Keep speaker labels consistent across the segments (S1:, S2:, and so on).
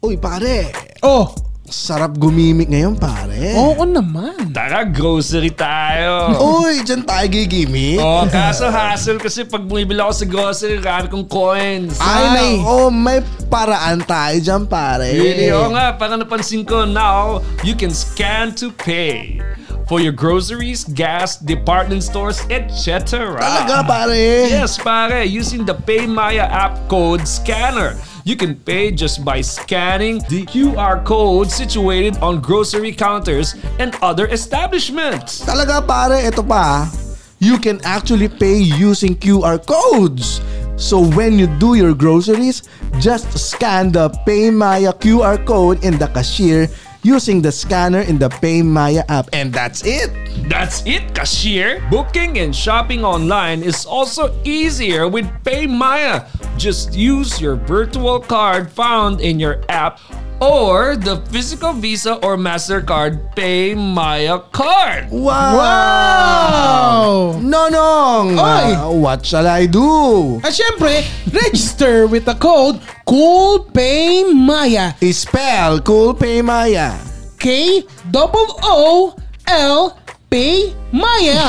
S1: Uy, pare.
S2: Oh!
S1: Sarap gumimik ngayon, pare.
S3: Oh.
S2: Oo naman.
S3: Tara, grocery tayo.
S1: Uy, dyan tayo gigimik.
S3: Oh, kaso hassle kasi pag bumibili ako sa grocery, rami kong coins.
S1: Ay,
S2: Ay.
S1: nako, may paraan tayo dyan, pare.
S3: Really? Oo nga, parang napansin ko, now you can scan to pay for your groceries, gas, department stores, etc.
S1: Talaga, pare.
S3: Yes, pare. Using the PayMaya app code scanner, you can pay just by scanning the QR code situated on grocery counters and other establishments.
S1: Talaga, pare. Ito pa. ah. You can actually pay using QR codes. So when you do your groceries, just scan the PayMaya QR code in the cashier using the scanner in the PayMaya app. And that's it.
S3: That's it, cashier. Booking and shopping online is also easier with PayMaya. Just use your virtual card found in your app or the physical Visa or MasterCard PayMaya card.
S1: Wow!
S2: Wow!
S1: Oh. Nonong!
S2: Oy!
S1: uh, what shall I do?
S2: At syempre, register with the code COOLPAYMAYA.
S1: Spell Cool PayMaya.
S2: K-O-O-L-P-MAYA.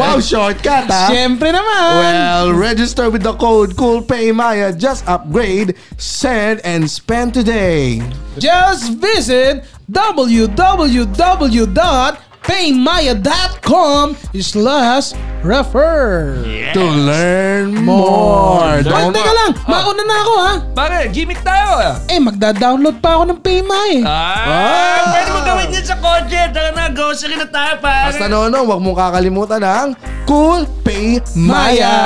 S1: wow, shortcut ha!
S2: Siyempre naman.
S1: Well, register with the code CoolPayMaya. Just upgrade, send, and spend today.
S2: Just visit www.paymaya.com slash refer.
S1: To learn more.
S3: To
S2: Ay,
S1: Don't,
S3: learn-
S2: teka lang. Mauna na ako ha.
S3: Pare, gimmick tayo!
S2: Eh, magda-download pa ako ng PayMaya. eh.
S3: Ah, pwede mo gawin yun sa kotse. Tara na, grocery na tayo, pare.
S1: basta nono, wag mong kakalimutan ang CoolPayMaya.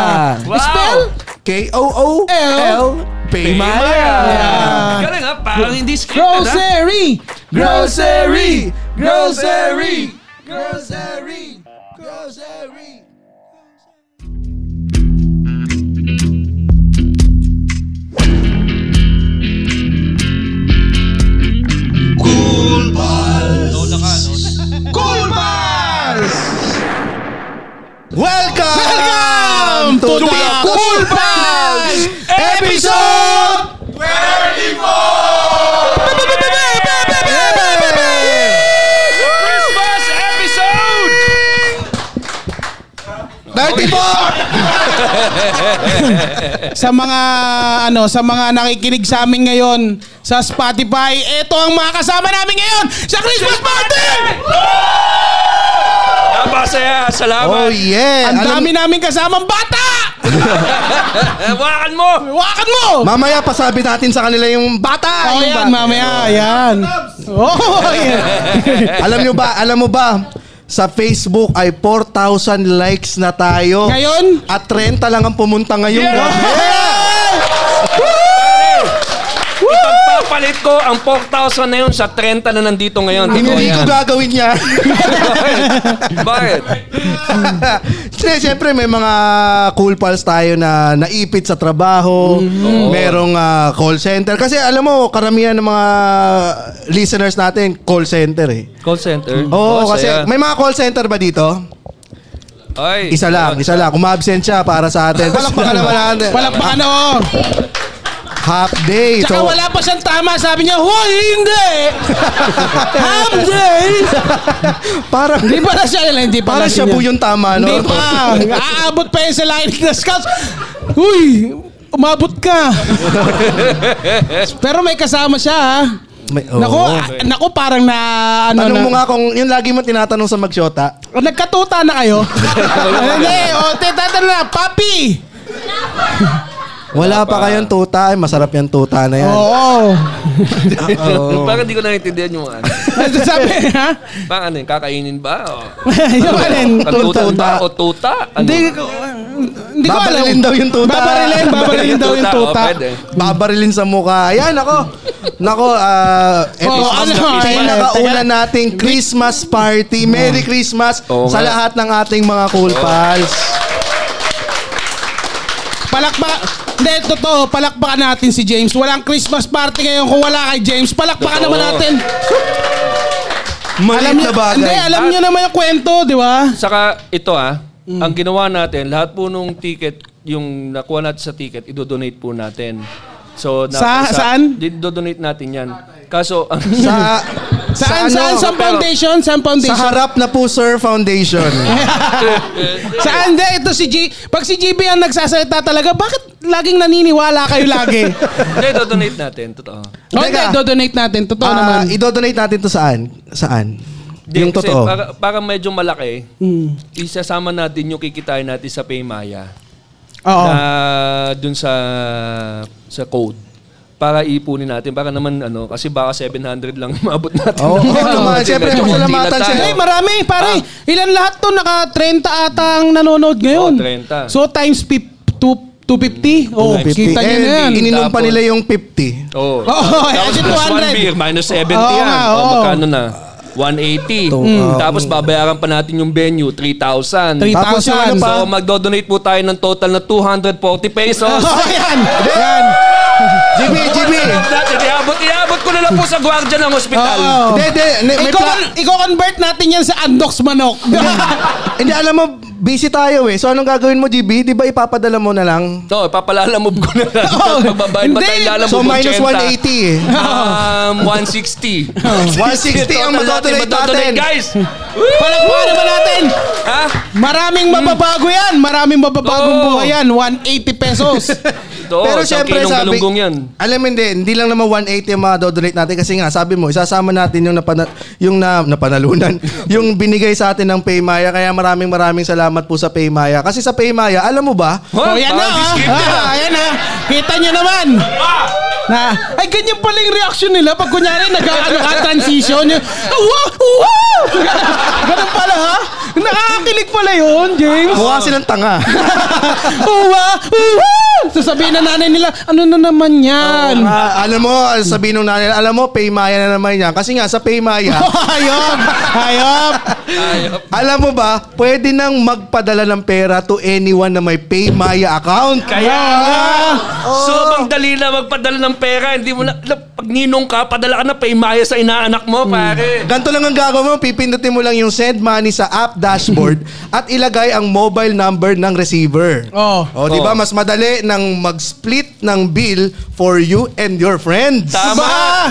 S3: Wow.
S2: Spell?
S1: K-O-O-L PayMaya.
S2: Yeah.
S3: Galing ha, parang hindi scripted ah. ha.
S2: Grocery!
S1: Grocery!
S2: Grocery!
S1: Grocery! Grocery! Cool Pals! Welcome, Welcome to, the Cool Pals episode 34!
S3: Christmas episode!
S1: 34!
S2: Sa mga ano, sa mga nakikinig sa amin ngayon sa Spotify, ito ang mga kasama namin ngayon sa Christmas party!
S3: Ang masaya,
S1: Oh
S3: salamat.
S1: yeah!
S2: Ang
S1: Alam-
S2: dami namin kasamang bata!
S3: Hawakan mo!
S2: Wakan mo!
S1: Mamaya pasabi natin sa kanila yung bata!
S2: Oh,
S1: yung
S2: yan,
S1: bata.
S2: mamaya, yan. Oh, yan.
S1: alam nyo ba, alam mo ba, sa Facebook ay 4,000 likes na tayo.
S2: Ngayon?
S1: At 30 lang ang pumunta ngayon.
S3: Yeah! Ipagpapalit ko ang 4,000 na yun sa 30 na nandito ngayon.
S1: Hindi ko
S3: Ayan.
S1: gagawin niya.
S3: Bakit?
S1: Kasi siyempre may mga cool pals tayo na naipit sa trabaho,
S2: Mm-hmm.
S1: merong ah, call center. Kasi alam mo, karamihan ng mga listeners natin, call center eh.
S3: Call center.
S1: Oo, kasi
S3: Mm-hmm. Oh, saya.
S1: may mga call center ba dito?
S3: Ay,
S1: Isa lang, isa lang. Umabsent siya para sa atin. Palakpakan naman natin.
S2: Palakpakan ako.
S1: Half day.
S2: ano, oh. Tsaka
S1: So,
S2: wala pa siyang tama. Sabi niya, Hoy, hindi! Half day!
S1: parang,
S2: Hindi pa na siya. Hindi pa
S1: parang
S2: na
S1: siya po yung tama, no?
S2: Hindi pa. Aabot pa yan sa line na scouts. Uy, umabot ka. Pero may kasama siya ha.
S1: May- oo.
S2: Naku, ah, naku parang na ano
S1: Tanong
S2: na.
S1: mo nga kung yung lagi mo tinatanong sa magsyota.
S2: Nagkatuta na kayo. Hindi, o titatanong na, papi.
S1: Wala pa kayong tuta. Ay, masarap yung tuta na yan.
S2: Oo.
S3: parang di ko naiintindihan yung ano.
S2: Ano sabi ha?
S3: Parang ano yun, kakainin ba? O,
S2: Yung
S1: Ano?
S2: alin?
S3: katutan
S1: tuta.
S3: ba? O tuta? Ano?
S2: Hindi ko, hindi ko alam.
S1: Babarilin daw yung tuta.
S2: Babarilin, babarilin daw yung
S3: Tuta, o,
S2: tuta.
S3: pwede.
S1: Babarilin sa mukha. Ayan, ako. Nako, ah, episode
S2: ano,
S1: na
S2: ay,
S1: pinakauna nating Christmas party. Merry Christmas
S3: Oo
S1: sa
S3: nga.
S1: lahat ng ating mga cool pals.
S2: Palakpak. Hindi, totoo. Palakpakan natin si James. Walang Christmas party ngayon kung wala kay James. Palakpakan
S3: Totoo.
S2: naman natin.
S1: Maliit
S2: niyo-
S1: na bagay.
S2: Hindi, alam niyo naman yung kwento, di ba?
S3: Saka ito ah,
S1: Mm.
S3: ang ginawa natin, lahat po nung ticket, yung nakuha natin sa ticket, idodonate po natin So, na-
S2: Sa- saan?
S3: Didodonate natin yan. Kaso, ang
S1: Sa, sa
S2: Saan, saan?
S1: ano?
S2: Saan foundation? Saan
S1: Sa
S2: foundation?
S1: harap na po, sir, foundation.
S2: Saan? Hindi, ito si G. Pag si GB ang nagsasalita talaga, bakit laging naniniwala kayo lagi?
S3: Hindi, dodonate natin. Totoo.
S2: Okay,
S1: Teka.
S2: do-donate natin. Totoo
S1: Ah,
S2: naman.
S1: idodonate natin to saan? Saan?
S3: Di,
S1: yung
S3: kasi
S1: totoo. Mm.
S3: Para, para medyo malaki, isasama natin yung kikitain natin sa Paymaya
S1: Oh.
S2: Oo.
S1: Ah.
S3: na dun sa sa code para ipunin natin para naman ano kasi baka 700 lang maabot natin.
S1: Oo,
S3: Ng-
S1: oo naman.
S3: Medyo
S1: Siyempre,
S3: konti na
S1: pasalamatan
S3: tayo.
S1: sila.
S2: Ay, marami, pare.
S1: Ah.
S2: Ilan lahat to? Naka 30 ata ang nanonood ngayon.
S3: Oo, 30.
S2: So, times pip, two, 250?
S1: Oh,
S2: Oh,
S1: 50.
S2: kita nyo na yan.
S1: And ininom pa
S3: Tapos-
S1: nila yung 50.
S3: Oo.
S2: Oo,
S3: Tapos
S2: as in
S3: plus
S2: 200.
S3: one beer, minus 70
S2: Oo
S3: yan.
S2: nga,
S3: O,
S2: oo. ah, um,
S3: magkano na? 180.
S1: Mm.
S3: Tapos babayaran pa natin yung venue, 3,000.
S2: 3,000.
S1: Tapos yung ano pa?
S3: So magdo-donate po tayo ng total na 240 pesos.
S2: Oh, yan.
S1: Yan! GB, GB!
S3: Natin, iabot, iabot ko na lang po sa gwardiya ng ospital.
S2: Oo.
S1: Hindi, hindi. May pla- Mm.
S2: Iko- Iko-convert natin yan sa Andox Manok.
S1: Hindi, alam mo, busy tayo eh. So anong gagawin mo, GB? Di ba ipapadala mo na lang?
S3: To, papalalamove ko na lang. Oh, Pagbabayad pa
S2: hindi.
S3: tayo lalamob
S1: So minus
S3: 80.
S1: 180 eh.
S3: Um, 160.
S2: Oh.
S1: 160 ang
S3: Total
S1: magdodonate natin.
S3: Guys!
S2: Palagpuan naman natin.
S3: Ha?
S2: Maraming mababago yan. Maraming mababagong
S3: Oo.
S2: buhay yan. 180 pesos.
S3: To, Pero syempre sabi... yan.
S1: alam mo hindi, hindi lang naman 180 yung mga dodonate natin kasi nga sabi mo, isasama natin yung napana, yung na, napanalunan, yung binigay sa atin ng Paymaya. Kaya maraming maraming salamat po sa Paymaya. Kasi sa Paymaya, alam mo ba,
S2: Oh, yan na.
S3: parang
S2: ah.
S3: descriptive,
S2: Ah,
S3: ah.
S2: ayan na. Kita nyo naman. Na, ay, ganyan pala yung reaction nila pag kunyari nag-ano ka, transition. Yung, ah, wow, wow! Ganun pala ha? Nakakakilig pala yun, James. "Oh,
S1: mukha silang tanga.
S2: Uwa, uwa! Sasabihin na nanay nila, ano na naman yan?
S1: Ah, alam mo, sabihin nung nanay, alam mo, Paymaya na naman yan. Kasi nga, sa Paymaya,
S2: Hayop! Hayop!
S3: Ayop.
S1: alam mo ba, pwede nang magpadala ng pera to anyone na may Paymaya account.
S3: Kaya nga.
S1: Oh.
S3: Sobrang dali na magpadala ng pera. Hindi mo na, na- pag ninong ka, padala ka na paimaya sa inaanak
S1: Hmm.
S3: mo, pare.
S1: Ganto lang ang gagawin mo, pipindutin mo lang yung send money sa app dashboard at ilagay ang mobile number ng receiver.
S2: Oh.
S1: O, di ba? Mas madali ng mag-split ng bill for you and your friends.
S3: Tama.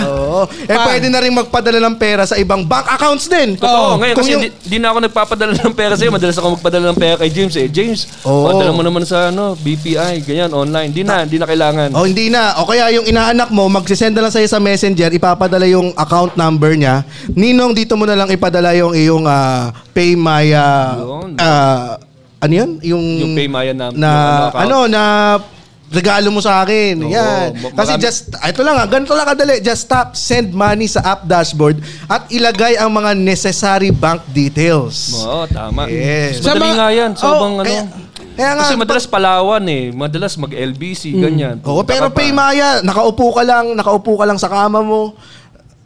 S1: Oo. Eh,
S2: Pa.
S1: pwede na rin magpadala ng pera sa ibang bank accounts din.
S3: Oo,
S2: Oh.
S3: ngayon
S1: Kung
S3: kasi
S1: Oh. yung-
S3: di, di na ako nagpapadala ng pera sa'yo. Madalas ako magpadala ng pera kay James eh. James,
S1: Oo.
S3: padala mo naman sa ano, BPI, ganyan, online. Di na, di na kailangan.
S1: O, Oh, hindi na. O kaya yung inaanak mo, magsisend na lang sa'yo sa messenger, ipapadala yung account number niya. Ninong, dito mo na lang ipadala yung iyong ah, pay my... ah,
S3: Yun.
S1: ah, ano yun? Yung,
S3: Yung Pay My
S1: na
S3: na- yung account.
S1: ano, na regalo mo sa akin.
S3: Oo,
S1: Yan.
S3: ma-
S1: Kasi
S3: marami-
S1: just, ito lang, ah, ganito lang kadali. Just tap, send money sa app dashboard at ilagay ang mga necessary bank details.
S3: Oo, tama.
S1: Yes.
S3: Mas Madali
S2: Sa mga-
S3: nga yan. Sobrang
S1: Oh,
S3: ano.
S1: kaya- kaya nga,
S3: kasi
S1: pag-
S3: madalas Palawan eh. Madalas mag-LBC, ganyan.
S1: Oo,
S3: Pumunta
S1: pero
S3: ka pa.
S1: Paymaya, nakaupo ka lang, nakaupo ka lang sa kama mo.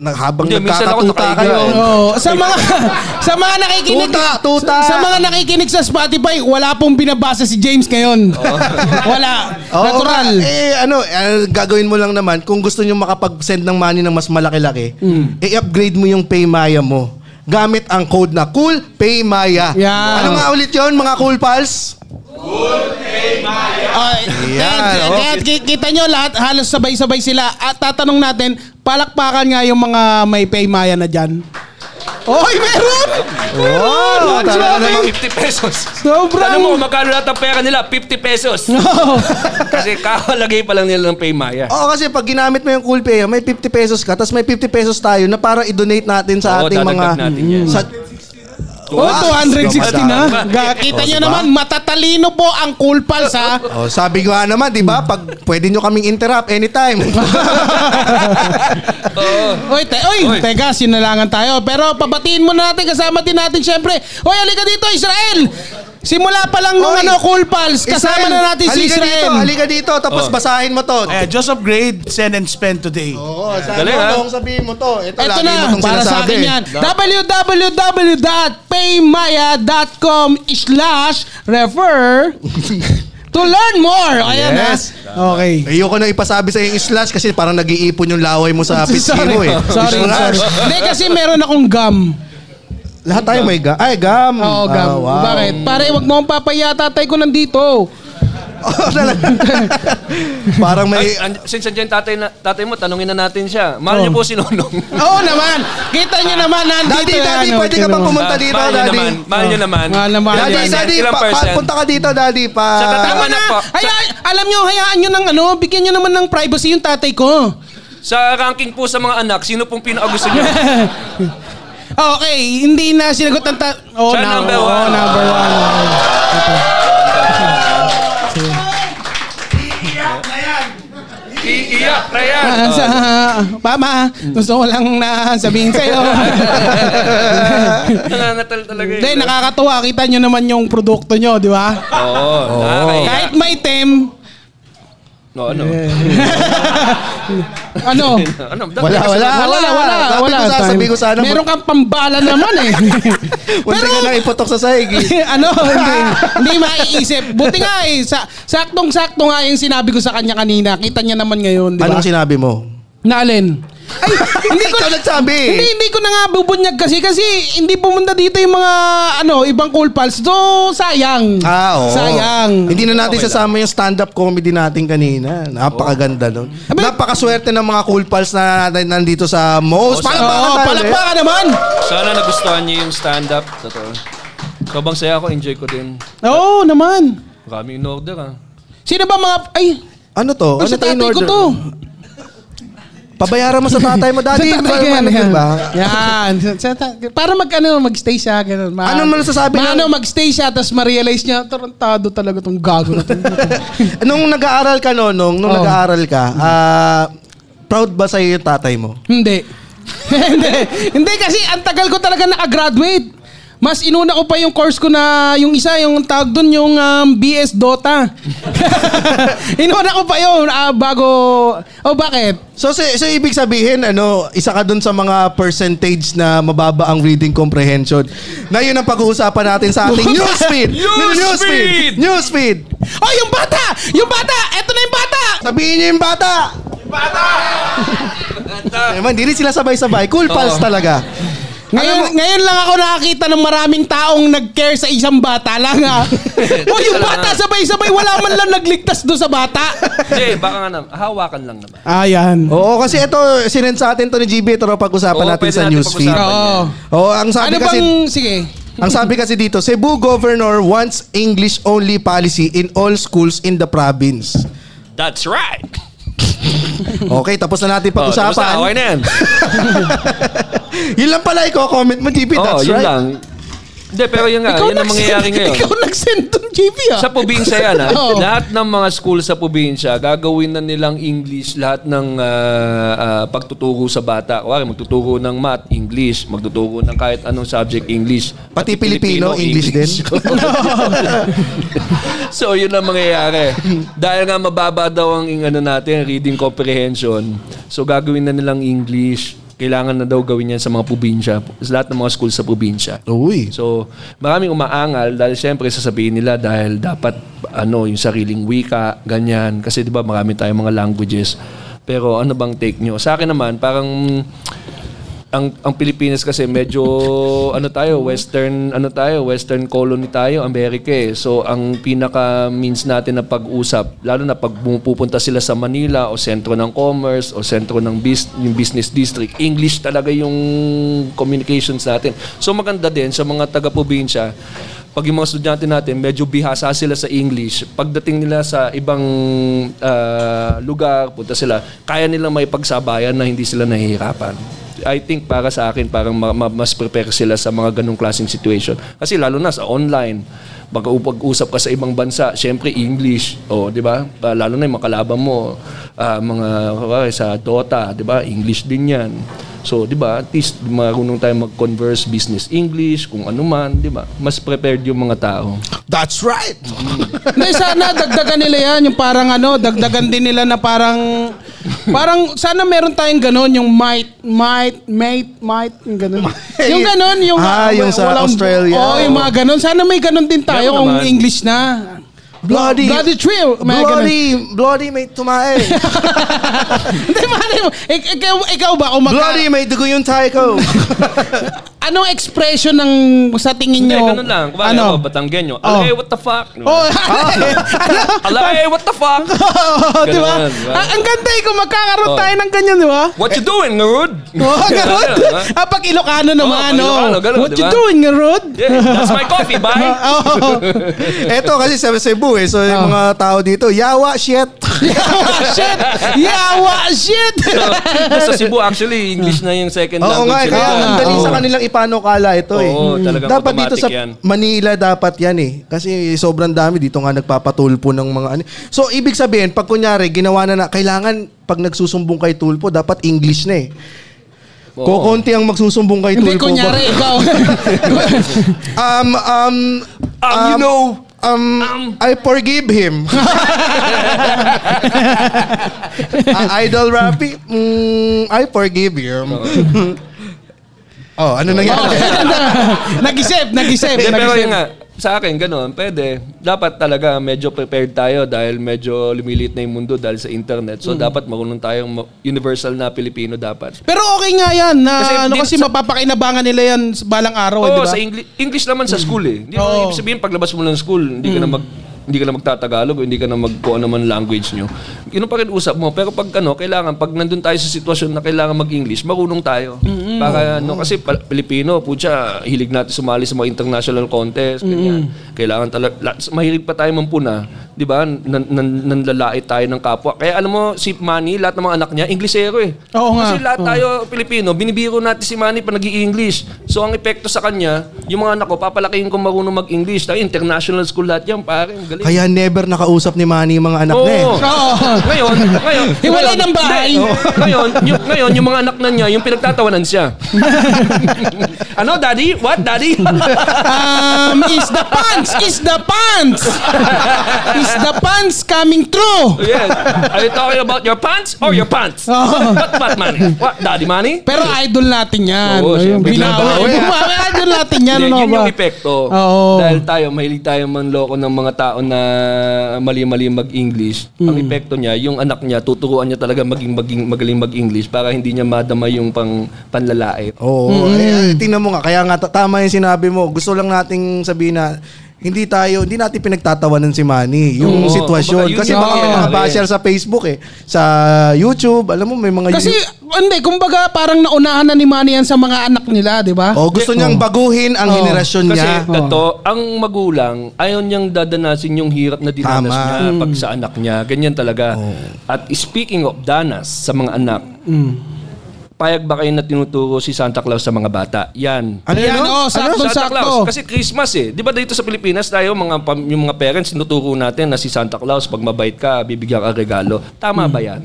S1: Na, habang
S3: Hindi, minsan ako
S1: nagkakatuta
S3: nakaiga
S1: kayo.
S3: eh.
S2: Oh, sa mga sa mga nakikinig
S1: Tuta, tuta.
S2: Sa, mga nakikinig sa Spotify, wala pong binabasa si James ngayon.
S1: Oh.
S2: wala.
S1: Oo,
S2: Natural.
S1: nga. eh, ano, eh, gagawin mo lang naman, kung gusto nyo makapag-send ng money ng mas malaki-laki,
S3: Hmm.
S1: i-upgrade mo yung Paymaya mo gamit ang code na Cool Paymaya.
S2: Yeah.
S1: Ano nga ulit yon mga Cool Pals?
S2: Ah,
S1: Yan,
S2: kaya-
S1: oh.
S2: kaya ki- kita nyo lahat halos sabay-sabay sila at tatanong natin palakpakan nga yung mga may paymaya na dyan. Oy, meron! Meron!
S1: Oh,
S2: Ang
S1: talaga
S2: dami!
S1: namang-
S3: 50 pesos.
S2: Sobrang- Oh.
S3: Tanong mo kung magkano lahat ang pera nila? 50 pesos. kasi kakalagay pa lang nila ng Paymaya.
S1: Oo, kasi pag ginamit mo yung Cool Pay, may 50 pesos ka, tapos may 50 pesos tayo na para i-donate natin sa
S3: Oo,
S1: ating mga...
S3: dadagdag natin yan.
S1: sa-
S2: Oh, 260 na.
S3: Diba?
S2: Ga- Kita
S1: Oh,
S2: nyo
S1: diba?
S2: naman, matatalino po ang cool pals ha.
S1: Oh, sabi ko nga naman, di ba? Pag pwede nyo kaming interrupt anytime. Diba?
S3: Oo.
S2: Oy, te- oy,
S3: Oy.
S2: teka, sinalangan tayo. Pero pabatiin muna natin, kasama din natin syempre. Oy, halika dito, Israel! Simula pa lang nung
S1: Oy.
S2: ano, Cool Pals, kasama na natin si
S1: halika
S2: Israel.
S1: Dito, halika dito, tapos
S3: Oh.
S1: basahin mo to.
S4: Eh, just upgrade, send and spend today.
S1: Oo, sabi
S3: Galing,
S1: mo,
S3: ha?
S1: noong sabihin mo to. Ito,
S2: Ito
S1: lagi mo
S2: na,
S1: tong
S2: para sa
S1: sinasabi.
S2: akin yan. www.paymaya.com slash refer to learn more. Ayan
S1: Yes.
S2: ha. Okay.
S1: Ayoko na ipasabi sa yung slash kasi parang nag-iipon yung laway mo sa pitsi
S2: Sorry,
S1: mo eh.
S2: sorry,
S1: Slash.
S2: sorry. Hindi, kasi meron akong gum.
S1: Lahat tayo may gam. Ay, gam.
S2: Oo, gum.
S1: Ah, wow.
S2: Bakit? Pare, wag mo akong papaya, tatay ko nandito.
S1: Oh, talaga. Parang may... Oh.
S3: An- since andyan tatay, na, tatay mo, tanungin na natin siya. Mahal niyo po si Nonong.
S2: Oo naman. Kita nyo naman, nandito
S1: Daddy,
S2: yan,
S1: daddy,
S2: oh,
S1: pwede ka
S2: ganun.
S1: bang pumunta dito,
S3: mahal niyo
S1: daddy? Oh.
S3: naman. Mahal niyo naman.
S2: Mahal na mahal
S1: Daddy,
S2: yan.
S1: daddy,
S3: Ilang
S1: pa, pa-
S3: percent?
S1: punta ka dito, daddy, pa...
S3: Sa
S2: Tama
S3: tatama na
S2: na.
S3: po. Sa,
S2: Hayaan- alam nyo, hayaan nyo ng ano, bigyan nyo naman ng privacy yung tatay ko.
S3: sa ranking po sa mga anak, sino pong pinakagusto niyo?
S2: Ah, Okay, hindi na sinagot ng ta- oh,
S3: Siya
S2: na-
S3: number
S2: oh,
S3: one.
S2: number one.
S3: Iiyak na yan.
S2: Ah, sa, Mama, gusto ko lang na sabihin sa'yo.
S3: Oh. Nangangatal talaga eh.
S2: Hindi, nakakatuwa. Kita nyo naman yung produkto nyo, di ba?
S3: Oo.
S1: Oh.
S3: nakakaiyak.
S2: Kahit maitim,
S3: No, ano?
S2: ano?
S3: Ano?
S1: Wala, wala,
S2: Wala, wala, wala.
S1: Sabi ko, sasabihin ko sana...
S2: Meron kang pambala naman eh.
S1: Punta ka
S2: Pero-
S1: lang iputok sa sahig. eh.
S2: ano, hindi, hindi maiisip. Buti nga eh, sa, saktong-sakto nga yung sinabi ko sa kanya kanina. Kita niya naman ngayon, di ba?
S1: Anong Ano sinabi mo?
S2: Na alin? Ay, hindi ko
S1: Ikaw nagsabi.
S2: Hindi, hindi ko na nga bubunyag kasi kasi hindi pumunta dito yung mga ano, ibang cool pals. So, sayang.
S1: Ah, oo.
S2: Sayang.
S1: Hindi na natin sasama yung stand-up comedy natin kanina. Napakaganda nun.
S2: Abay-
S1: Napakaswerte ng mga cool pals na na- nandito sa most.
S3: Oo, sa-
S2: Oh,
S1: Palakpakan
S2: Oo,
S1: tayo, eh.
S2: palakpakan naman.
S3: Sana nagustuhan niyo yung stand-up. Totoo. Sobrang saya ko. Enjoy ko din.
S2: Oo, naman.
S3: Maraming in order ah.
S2: Sino ba mga ay,
S1: Ano to? ano
S2: ay, sa
S1: to in
S2: tatay ko
S1: order?
S2: to.
S1: Pabayaran mo sa tatay mo,
S2: Sa
S1: daddy.
S2: tatay
S1: Ba-
S2: ko yan.
S1: ano
S2: Yan.
S1: yun ba?
S2: yan. Sa ta- Para mag ano, magstay siya ganun. Ma-
S1: Ano mo nasasabi ng-
S2: ma- ano, magstay siya tapos ma-realize niya tarantado talaga tong gago na to.
S1: Nung nag-aaral ka no, nung, nung
S2: Oo. Mm.
S1: nag-aaral ka, ah, proud ba sa'yo yung tatay mo?
S2: Hindi. Hindi. Hindi kasi ang tagal ko talaga nakagraduate. Mas inuna ko pa yung course ko na yung isa, yung tawag doon, yung um, BS Dota. inuna ko pa yun ah, bago... Oh, bakit?
S1: So, so, so ibig sabihin, ano, isa ka dun sa mga percentage na mababa ang reading comprehension. Ngayon ang pag-uusapan natin sa ating newsfeed!
S3: Newsfeed!
S1: Newsfeed! Newsfeed!
S2: Oh, yung bata! Yung bata! Eto na yung bata!
S1: Sabihin niyo yung bata! Yung bata! Naman, hindi rin sila sabay-sabay. Cool pals talaga.
S2: Ngayon, ngayon lang ako nakakita ng maraming taong nag-care sa isang bata lang ha. oh, yung bata sabay-sabay, wala man lang nagligtas doon sa bata.
S3: Jay, baka nga naman. Hawakan lang naman.
S1: Ah,
S2: Ayan.
S1: Oo, kasi ito, sinend sa atin to ni GB, pero pag-usapan
S3: Oo,
S1: natin
S3: pwede
S1: sa
S3: natin
S1: newsfeed.
S3: pag-usapan.
S2: Oo.
S1: Oo, ang
S2: Ano
S1: sabi kasi...
S2: bang... Sige.
S1: Ang sabi kasi dito, Cebu governor wants English-only policy in all schools in the province.
S3: That's right.
S1: Okay, tapos na natin
S3: Oh, tapos
S1: pag-usapan.
S3: na, Okay na yan.
S1: yun lang pala i-comment mo, GP.
S3: Oo,
S1: That's
S3: Oh, yun
S1: right.
S3: lang. Hindi, pero yun nga. Yun ang
S2: nagsend-
S3: mangyayari ngayon.
S2: Ikaw nagsend doon, JP ah.
S3: Sa probinsya yan ha.
S2: Oo.
S3: Lahat ng mga school sa probinsya, gagawin na nilang English lahat ng ah, ah, pagtuturo sa bata. Kuwari, magtuturo ng math, English. Magtuturo ng kahit anong subject, English.
S1: Pati Pilipino, English
S3: so, yun ang mangyayari. Dahil nga mababa daw ang ing- ano natin, reading comprehension. So, gagawin na nilang English. Kailangan na daw gawin yan sa mga probinsya. Sa lahat ng mga school sa probinsya.
S1: Uy.
S3: So, maraming umaangal dahil siyempre sasabihin nila dahil dapat ano yung sariling wika, ganyan. Kasi 'di ba marami tayong mga languages. Pero ano bang take nyo? Sa akin naman parang ang ang Pilipinas kasi medyo ano tayo western ano tayo western colony tayo Amerika eh. So ang pinaka means natin na pag-usap lalo na pag pupunta sila sa Manila o sentro ng commerce o sentro ng bis, yung business district English talaga yung communications natin. So maganda din sa mga taga-probinsya pag yung mga estudyante natin, medyo bihasa sila sa English. Pagdating nila sa ibang ah, lugar, punta sila, kaya nilang may pagsabayan na hindi sila nahihirapan. I think para sa akin, parang ma- ma- mas prepare sila sa mga ganong klaseng situation. Kasi lalo na sa online, pag upag-usap ka sa ibang bansa, syempre English, o di ba? Ah, lalo na yung makalaban mo, ah, mga kawari sa Dota, di ba? English din yan. So, di ba, at least marunong tayo mag-converse business English, kung ano man, di ba? Mas prepared yung mga tao.
S1: That's right.
S2: Hindi, sana dagdagan nila yan. Yung parang ano, dagdagan din nila na parang... Parang sana meron tayong ganun, yung might, might, mate, might, yung ganun. Yung ganun, yung...
S1: Ah, yung sa Australia.
S2: Oo, yung mga ganun. Sana may ganun din
S3: Meron
S2: tayo kung
S3: naman.
S2: English na.
S1: Bloody.
S2: Bloody thrill. Mga ganun.
S1: Bloody. Bloody may tumae.
S2: Hindi, malay mo. Ik- ikaw, ikaw ba? Umaka-
S1: bloody may dugo yung tayo ko.
S2: Anong expression ng sa tingin
S3: Hindi,
S2: nyo?
S3: ganun lang. Kumbaga ano? ako, Batanggenyo. Alay, what the fuck?
S2: Oh,
S3: Alay, what the fuck?
S2: Oo, di ba?
S3: Ganun, di ba? Oh.
S2: Ah, ang ganda eh kung magkakaroon
S3: Oo.
S2: tayo ng ganyan, di ba?
S3: What you doing, Ngarud?
S2: Oh, garod.
S3: Ganun, ha?
S2: Ah, pag Ilocano naman,
S3: pag Ilocano,
S2: no?
S3: ganun,
S2: What
S3: di
S2: you
S3: ba?
S2: doing, garod?
S3: Yeah, that's my coffee, bye.
S2: Oh,
S1: Eto kasi sa Cebu eh. So yung
S2: Ah.
S1: mga tao dito, yawa, shit.
S2: yawa Ah, shit! Yawa shit!
S3: sa Cebu, actually, English na yung second
S1: Oo nga, eh,
S3: language. nila.
S1: kaya ang dali
S3: Oo.
S1: sa kanilang ipanukala ito eh.
S3: Oo, talagang
S1: dapat dito sa
S3: automatic yan.
S1: Manila dapat yan eh. Kasi sobrang dami dito nga nagpapatulpo ng mga ano. So ibig sabihin, pag kunyari ginawa na na, kailangan pag nagsusumbong kay tulpo, dapat English na eh.
S3: Oo.
S1: Kokonti ang magsusumbong kay
S2: Hindi,
S1: tulpo.
S2: kunyari, ikaw.
S1: Um, um,
S3: Um, you know,
S1: um, I forgive him. Uh, Ah, Idol Rafi, mm, I forgive him. oh, ano nangyari?
S2: nag-isip, nag-isip.
S3: Hindi, pero
S2: nag-isip.
S3: yun nga, sa akin, ganun, pwede. Dapat talaga medyo prepared tayo dahil medyo lumilit na yung mundo dahil sa internet.
S1: Mm.
S3: So, dapat marunong tayong ma- universal na Pilipino dapat.
S2: Pero okay nga yan. Na,
S3: Kasi
S2: kasi, ano,
S3: dito
S2: kasi
S3: sa-
S2: mapapakinabangan nila yan sa balang araw, eh,
S3: Oo,
S2: di ba? Mm.
S3: sa English, English naman sa school eh. Hindi
S2: Oo. Mm.
S3: mo ibig sabihin paglabas mo ng school, hindi ka na mag hindi ka na magtatagalog o hindi ka na magkuha naman language nyo. Yun ang pakiusap mo. Pero pag ano, kailangan, pag nandun tayo sa sitwasyon na kailangan mag-English, marunong tayo. Para, no, kasi pal- Pilipino, putya, hilig natin sumali sa mga international contest, ganyan. Kailangan talaga, la- mahilig pa tayo mampuna. Di ba? Nan, nan, nanlalait tayo ng kapwa. Kaya alam mo, si Manny, lahat ng mga anak niya, Inglesero eh.
S2: Oo nga.
S3: Kasi lahat tayo Pilipino, binibiro natin si Manny pa nag english So ang epekto sa kanya, yung mga anak ko, papalakihin ko marunong mag-English. Tayo, international school lahat yan, pare. Ang galing.
S1: Kaya never nakausap ni Manny yung mga anak
S3: Oo.
S1: na eh.
S2: Oo.
S3: Ngayon, ngayon.
S2: Hiwalay
S3: ngayon-
S2: ng bahay.
S3: Hindi, oo. ngayon, yung, ngayon, yung mga anak na niya, yung pinagtatawanan siya. ano, daddy? What, daddy?
S2: Um, is the pants, is the pants. Is the pants coming true?
S3: yes. Are you talking about your pants or your pants?
S2: Oh.
S3: what, what, Manny? What, daddy, Manny?
S2: Pero idol natin yan.
S3: Oo,
S2: Ayun,
S3: siyempre.
S2: Binawi.
S1: Binawi, ah.
S2: Binawi, idol natin yan.
S3: Hindi,
S2: ano
S3: yun
S2: ba?
S3: yung epekto.
S2: Oo.
S3: Dahil tayo, mahilig tayo manloko ng mga tao na mali-mali mag-English. Ang
S2: Hmm.
S3: epekto niya, yung anak niya, tuturuan niya talaga maging, maging magaling mag-English para hindi niya madama yung pang, panlalait.
S1: Oo. Eh,
S3: Mm-hmm.
S1: tingnan mo nga, kaya nga ta- tama yung sinabi mo. Gusto lang nating sabihin na hindi tayo, hindi natin pinagtatawanan si Manny yung
S3: Oo.
S1: sitwasyon.
S3: Kumbaga, yun
S1: Kasi
S3: yung
S1: baka may mga
S3: nangyayari.
S1: basher sa Facebook eh. Sa YouTube, alam mo may mga
S2: Kasi, hindi, kumbaga parang naunahan na ni Manny yan sa mga anak nila, di ba?
S1: Oh, gusto niyang baguhin ang henerasyon
S3: Ah, Oh. Kasi
S1: niya.
S3: dato, ang magulang, ayaw niyang dadanasin yung hirap na dinanas
S1: Tama.
S3: niya
S2: Hmm.
S3: pag sa anak niya. Ganyan talaga. At speaking of danas sa mga anak,
S2: Hmm.
S3: payag ba kayo na tinuturo si Santa Claus sa mga bata? Yan.
S1: Ano
S2: Yan,
S1: yan?
S2: oh, saktong
S3: Santa
S2: sakto.
S3: Claus. Kasi Christmas eh. Di ba dito sa Pilipinas tayo, mga, pam- yung mga parents, tinuturo natin na si Santa Claus, pag mabait ka, bibigyan ka regalo. Tama ba yan?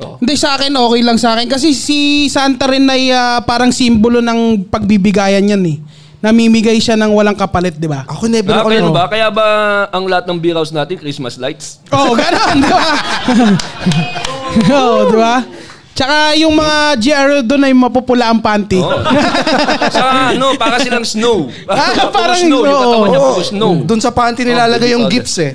S2: Hindi sa akin okay lang sa akin kasi si Santa rin ay ah, parang simbolo ng pagbibigayan yan eh. Namimigay siya ng walang kapalit, di ba?
S1: Ako never
S3: Ah,
S1: ako
S3: kaya
S1: yun.
S3: ba? Kaya ba ang lahat ng beer house natin, Christmas lights?
S2: Oo, oh, ganun, di ba? Oo, di ba? Tsaka yung mga GR doon ay mapupula ang panty.
S3: Oo. Oh. Sa ano, para silang snow.
S2: Ah,
S3: Puro
S2: parang
S3: snow. Yung katawan niya,
S1: Oo.
S3: puro snow.
S1: Doon sa panty nilalagay yung
S3: Oh,
S1: gifts eh.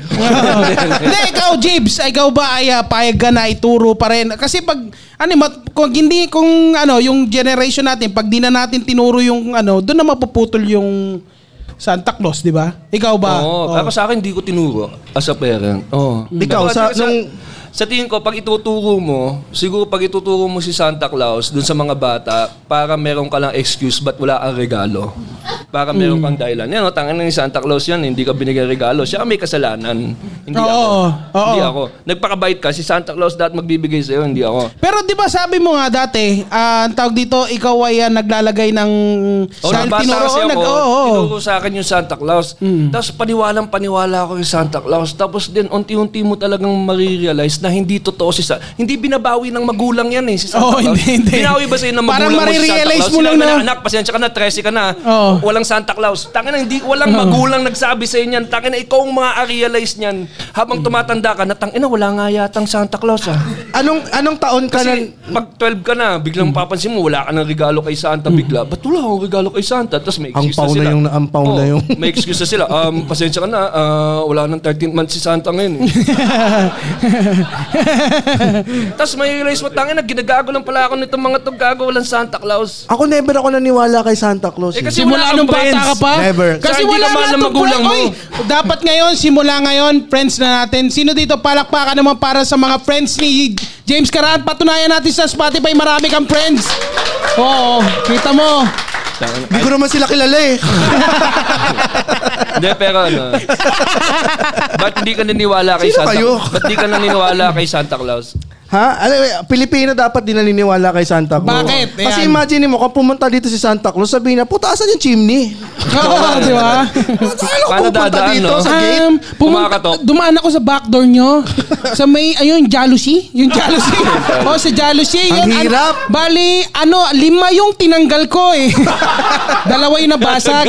S2: Hindi, ikaw, Jibs, ikaw ba ay ah, payag ka na ituro pa rin? Kasi pag, ano, mat, kung hindi, kung ano, yung generation natin, pag di na natin tinuro yung, ano, doon na mapuputol yung Santa Claus, di ba? Ikaw ba?
S3: Oo.
S2: Oo.
S3: Ako sa akin, di ko tinuro as a parent.
S1: Oh.
S3: Oo.
S1: Ikaw,
S3: Pero
S1: sa-
S3: at-
S1: nung-
S3: Sa tingin ko, pag ituturo mo, siguro pag ituturo mo si Santa Claus dun sa mga bata, para meron ka lang excuse ba't wala kang regalo. Para
S1: Mm.
S3: meron kang dahilan. Yan, o, tangan na ni Santa Claus yan, hindi ka binigyan regalo. Siya ang may kasalanan. Hindi
S2: Oo.
S3: ako.
S2: Oo.
S3: Hindi ako. Nagpakabait ka, si Santa Claus dapat magbibigay sa'yo, hindi ako.
S2: Pero 'di ba sabi mo nga dati, ah, ang tawag dito, ikaw ay ah, naglalagay ng
S3: Oh,
S2: Dahil
S3: nabasa
S2: tinuro-
S3: kasi
S2: oh, Mm.
S3: ako,
S2: nag- oo, oo.
S3: tinuro sa akin yung Santa Claus. Tapos paniwalang paniwala ako yung Santa Claus. Tapos din, unti-unti mo talagang marirealize na hindi totoo si Santa. Hindi binabawi ng magulang yan eh, si Santa Claus.
S2: Oo, Oh, hindi, hindi.
S3: Binawi ba sa'yo ng
S2: Parang
S3: magulang mo si Santa
S2: marirealize
S3: Claus?
S2: mo lang
S3: Sinabi
S2: na- Oh.
S3: anak, pasensya ka na, 13 ka na.
S2: Oo.
S3: Walang ng Santa Claus. Tangina, hindi, walang
S2: Oh.
S3: magulang nagsabi sa inyan. Tangina, ikaw ang ma-realize niyan habang tumatanda ka na, tangina, wala nga yatang Santa Claus ah.
S1: Anong anong taon ka
S3: Kasi
S1: na
S3: pag 12 ka na, biglang papansin mo, wala ka ng regalo kay Santa bigla. Ba't wala akong regalo kay Santa? Tapos may excuse
S1: Angpaw na
S3: na sila.
S1: yung naampaw na
S3: Oo,
S1: yung-
S3: may excuse na sila. Um, pasensya ka na, ah, wala nang 13th month si Santa ngayon. Eh. Tapos may realize mo, tangin na, ginagago lang pala ako nitong mga to, gago, walang Santa Claus.
S1: Ako never ako naniwala kay Santa Claus. eh.
S3: Eh, kasi
S2: Simula
S3: wala
S2: nung
S3: nung
S2: bata ka pa?
S1: Never.
S2: Kasi
S3: Saan di
S2: wala
S3: ka mahal
S2: nga
S3: ng
S2: itong
S3: magulang
S2: friend-
S3: mo?
S2: Oy, dapat ngayon, simula ngayon, friends na natin. Sino dito palakpakan naman para sa mga friends ni James Karan? Patunayan natin sa Spotify, marami kang friends. Oo, kita mo.
S1: Hindi ko naman sila kilala eh.
S3: Hindi, pero ano. ba't hindi ka naniniwala kay
S1: Sino
S3: Santa
S1: kayo?
S3: Ba't hindi ka naniniwala kay Santa Claus?
S1: ha? Alam, mo, Pilipino dapat din naniniwala kay Santa Claus.
S2: Bakit? Ayan.
S1: Kasi imagine mo, kung pumunta dito si Santa Claus, sabihin na, puta, asan yung chimney?
S2: Oo, di
S1: Ano
S2: ba?
S1: ko
S3: Paano
S1: pupunta
S3: dadaan,
S1: dito
S3: no?
S1: sa gate?
S2: Um, pumunta,
S3: Kumakatok.
S2: dumaan ako sa backdoor nyo. sa may, ayun, jealousy. Yung jealousy. o, sa jealousy.
S1: Ang
S2: yun, ano-
S1: hirap.
S2: bali, ano, lima yung tinanggal ko eh. Dalawa yung nabasag.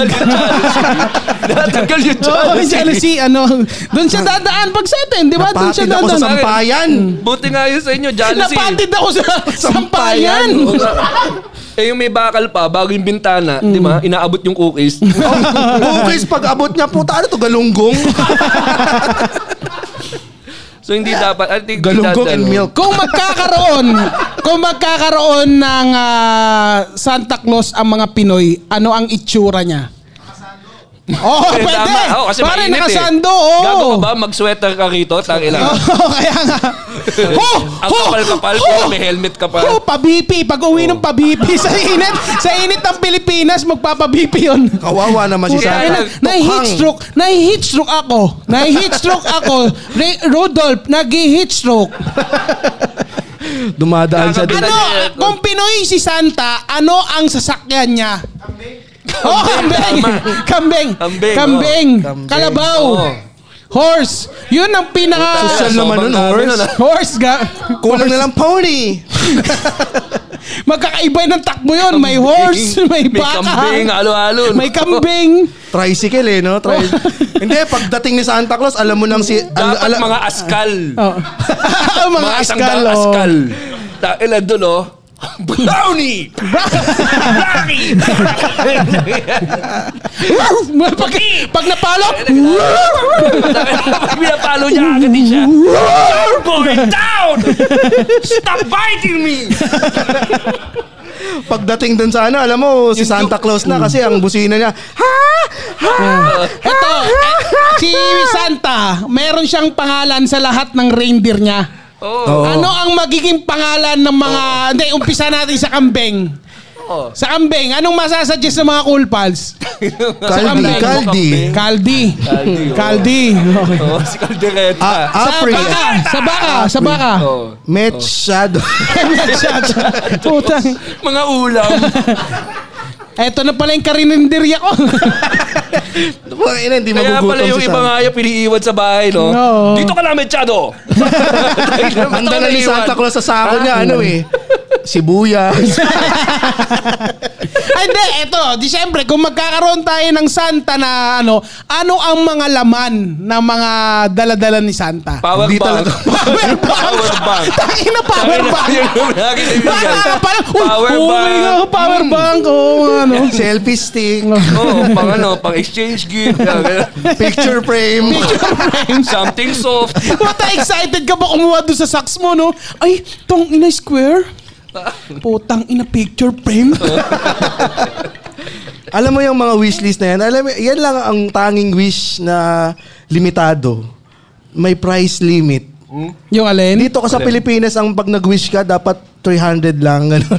S3: Natagal yung
S2: Oo,
S3: jealousy.
S2: yung Oh, jealousy, ano. Doon siya dadaan pag sa atin, di ba? Doon siya
S1: Napatid ako sa
S2: dadaan. ano?
S1: sampayan.
S3: Buti nga yun sa inyo, jealousy.
S2: Napatid ako sa sampayan.
S3: Oo nga. eh yung may bakal pa, bago yung bintana,
S2: Mm.
S3: di ba, inaabot yung cookies.
S1: Oh, Bukis, pag abot niya, puta, ano to, galunggong?
S3: So hindi dapat, I think
S1: galunggong and milk.
S3: dinadalo.
S2: Kung magkakaroon, kung magkakaroon ng ah, Santa Claus ang mga Pinoy, ano ang itsura niya? Oo, oh,
S3: Eh,
S2: pwede.
S3: tama. Oo, kasi
S2: Pare,
S3: mainit eh.
S2: nakasando. oo.
S3: Gago ka ba? Mag-sweater ka rito? Tangin lang.
S2: Oo, kaya nga. Ho!
S3: Ang
S2: ho,
S3: kapal-kapal
S2: ho,
S3: pero may helmet ka pa. Oh.
S2: Ho, pabipi. Pag uwi ng pabipi sa init, sa init ng Pilipinas, magpapabipi yun.
S1: Kawawa naman si
S2: Puta,
S1: Santa.
S2: na, nai-heat stroke. Nai-heat stroke ako. Nai-heat stroke ako. Re- Rudolph, nag-heat stroke.
S1: Dumadaan sa
S3: Nakakabit.
S1: dito.
S2: Ano, kung Pinoy si Santa, ano ang sasakyan niya? Oh, kambing. Kambing.
S3: Kambing, oh.
S2: Kambing.
S1: Kambing.
S2: Kalabaw.
S3: Oo.
S2: Horse. Yun ang pinaka...
S1: Sosyal naman nun,
S3: Sobrang dami
S1: horse.
S3: nun, ah.
S2: Horse ga.
S1: Kulang
S3: Ano?
S1: na lang pony.
S2: Magkakaiba ng takbo yun. May horse, may
S3: May
S2: baka.
S3: kambing, alo-alo.
S2: May kambing.
S1: Tricycle eh, no? Tri- Hindi, pagdating ni Santa Claus, alam mo nang si... al-
S3: Oh. Dapat
S1: ala-
S3: mga askal.
S2: Oh. Ang mga
S3: isang
S2: askal.
S3: daang
S2: oh.
S3: askal. Tangin lang doon, oh. Brownie! Brownie!
S2: pag, pag napalo,
S3: Pinapalo niya agad din siya. You're going down! Stop biting me!
S1: Pagdating dun sa ano, alam mo, si Santa Claus na kasi ang busina niya, ha?
S2: Ito, eh, si Santa, meron siyang pangalan sa lahat ng reindeer niya.
S3: Oh.
S2: Ano ang magiging pangalan ng mga... Hindi, umpisa natin sa kambing.
S3: Oh.
S2: Sa kambing, anong masasuggest ng mga cool pals?
S1: Kaldi,
S2: kambing.
S1: kaldi.
S3: Kaldi,
S2: Kaldi.
S3: oh.
S2: Kaldi.
S3: Oh, si Caldereta.
S1: A-
S2: Sa
S1: April.
S2: baka, sa baka, sa baka.
S3: Oh.
S1: Mechado.
S2: Putang.
S3: Mga ulam.
S2: Eto na pala yung karinderya ko.
S1: Putang ina, hindi
S3: Kaya pala
S1: magugutom
S3: yung
S1: si
S3: iba
S1: Santa.
S3: nga yung piniiwan sa bahay, no?
S2: Oo.
S3: Dito ka lang, Mechado!
S1: Ang dala ni Santa Claus sa sako niya, ano eh. Sibuyas.
S2: Ay, Hindi, eto. Di syempre, kung magkakaroon tayo ng Santa na ano, ano ang mga laman ng mga daladala ni Santa?
S3: Power
S1: Hindi talaga.
S3: bank.
S2: Power
S3: Power bank.
S2: Tangina power bank.
S3: Yun yung lagi
S2: Baka
S3: kaibigan.
S2: na parang, uy,
S3: Power
S2: oh my
S3: bank. Hmm.
S2: God, power bank. Oo, ano.
S1: Selfie stick.
S3: Oo, pang ano, pang exchange gift.
S1: Picture frame.
S3: Something soft.
S2: What excited ka ba kumuha doon sa socks mo, no? Ay, tong ina square. Putang ina picture frame.
S1: Alam mo yung mga wishlist na yan, alam mo, yan lang ang tanging wish na limitado. May price limit.
S3: Hmm?
S2: Yung alin?
S1: Dito ka sa Pilipinas, ang pag nag-wish ka, dapat 300 lang, ganun.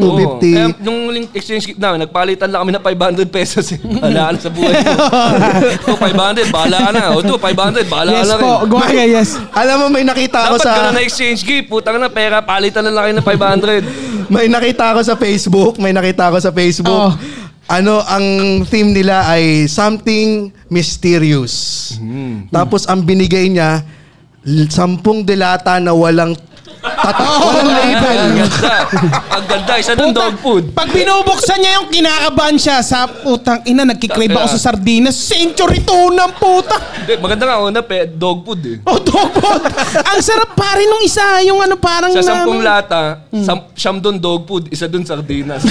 S3: Oo. Oh. Eh, Kaya
S1: 250.
S3: nung link exchange gift namin, nagpalitan lang kami ng 500 pesos. eh. Bahala na sa buhay ko. Ito, 500, bahala ka na. Oh, O ito, 500, bahala ka
S2: Yes
S3: na rin.
S2: po, gumagaya, yes.
S1: Alam mo, may nakita ako
S3: Dapat
S1: sa...
S3: ganun na exchange gift. Putang na, pera, palitan na lang kayo ng 500.
S1: May nakita ako sa Facebook, may nakita ako sa Facebook.
S2: Oh.
S1: Ano, ang theme nila ay something
S3: Hmm.
S1: mysterious. Tapos ang binigay niya, l- sampung delata na walang Tatak.
S2: Oh,
S1: Walang label.
S3: Ang ganda. Ang ganda. Isa ng dog food.
S2: Pag binubuksan niya yung kinakabahan siya sa putang ina, nagkikrave ako sa sardinas. Century tuna ng puta.
S3: Hindi, maganda nga una, pe, dog food eh.
S2: O, dogpot. Ang sarap pare nung isa. Yung ano, parang...
S3: Sa
S2: na-
S3: sampung lata, sam- siyam doon dog food, isa doon sardinas.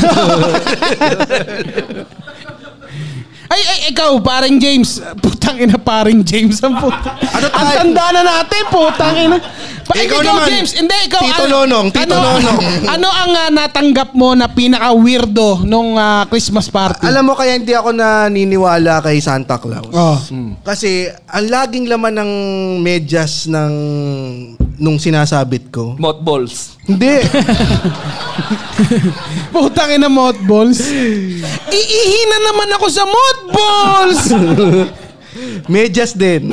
S2: Ay, ay, ikaw, paring James. Putang ina, paring James. Ang puta.
S1: Ano
S2: Ang
S1: tayo?
S2: tanda na natin, putang ina. Pa,
S1: Ikaw
S2: ikaw,
S1: naman.
S2: James. Hindi, ikaw.
S1: Tito
S2: ano-
S1: Nonong, Tito
S2: ano,
S1: Nonong.
S2: Ano ang ah, natanggap mo na pinaka-weirdo nung ah, Christmas party?
S1: Alam mo kaya hindi ako naniniwala kay Santa Claus. Hmm.
S2: Oh.
S1: Kasi ang laging laman ng medyas ng nung sinasabit ko.
S3: Mothballs.
S1: Hindi.
S2: Putang ina, mothballs. Iihina naman ako sa mothballs!
S1: medyas din.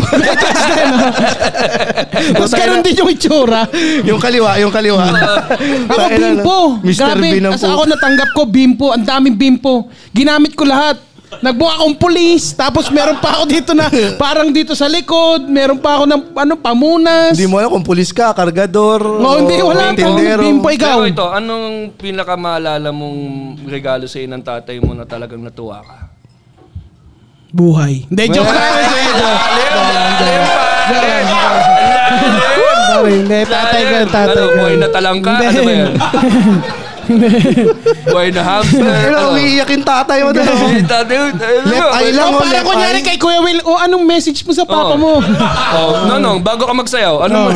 S2: Tapos ganun din yung itsura.
S1: yung kaliwa, yung kaliwa.
S2: Ako,
S1: Tangina,
S2: bimpo.
S1: Mr.
S2: Grabe,
S1: Bean ang
S2: as ako natanggap ko, bimpo. Ang daming bimpo. Ginamit ko lahat. Nagbuka akong pulis. Tapos meron pa ako dito na parang dito sa likod. Meron pa ako ng ano, pamunas.
S1: Hindi mo alam kung pulis ka, kargador.
S2: Oo, hindi, wala akong
S1: tindero.
S2: bimpo. eh, Ikaw.
S3: Pero ito, anong pinakamaalala mong regalo sa'yo ng tatay mo na talagang natuwa ka?
S2: Buhay. Hindi, joke lang. Sorry, Hindi, tatay ka, tatay
S3: Ano,
S2: ka.
S3: buhay na talang ka? Ano ba yan? buhay na hamster?
S1: Pero
S3: Ano?
S1: umiiyak yung tatay mo doon.
S3: Eh, tatay, ano?
S1: Left eye lang.
S2: Oh,
S1: oh,
S2: parang
S1: left
S2: kunyari
S1: eye.
S2: kay Kuya Will, oh, anong message mo sa papa
S3: Oo.
S2: mo?
S3: Oh, no, no, bago ka magsayaw, ano mo?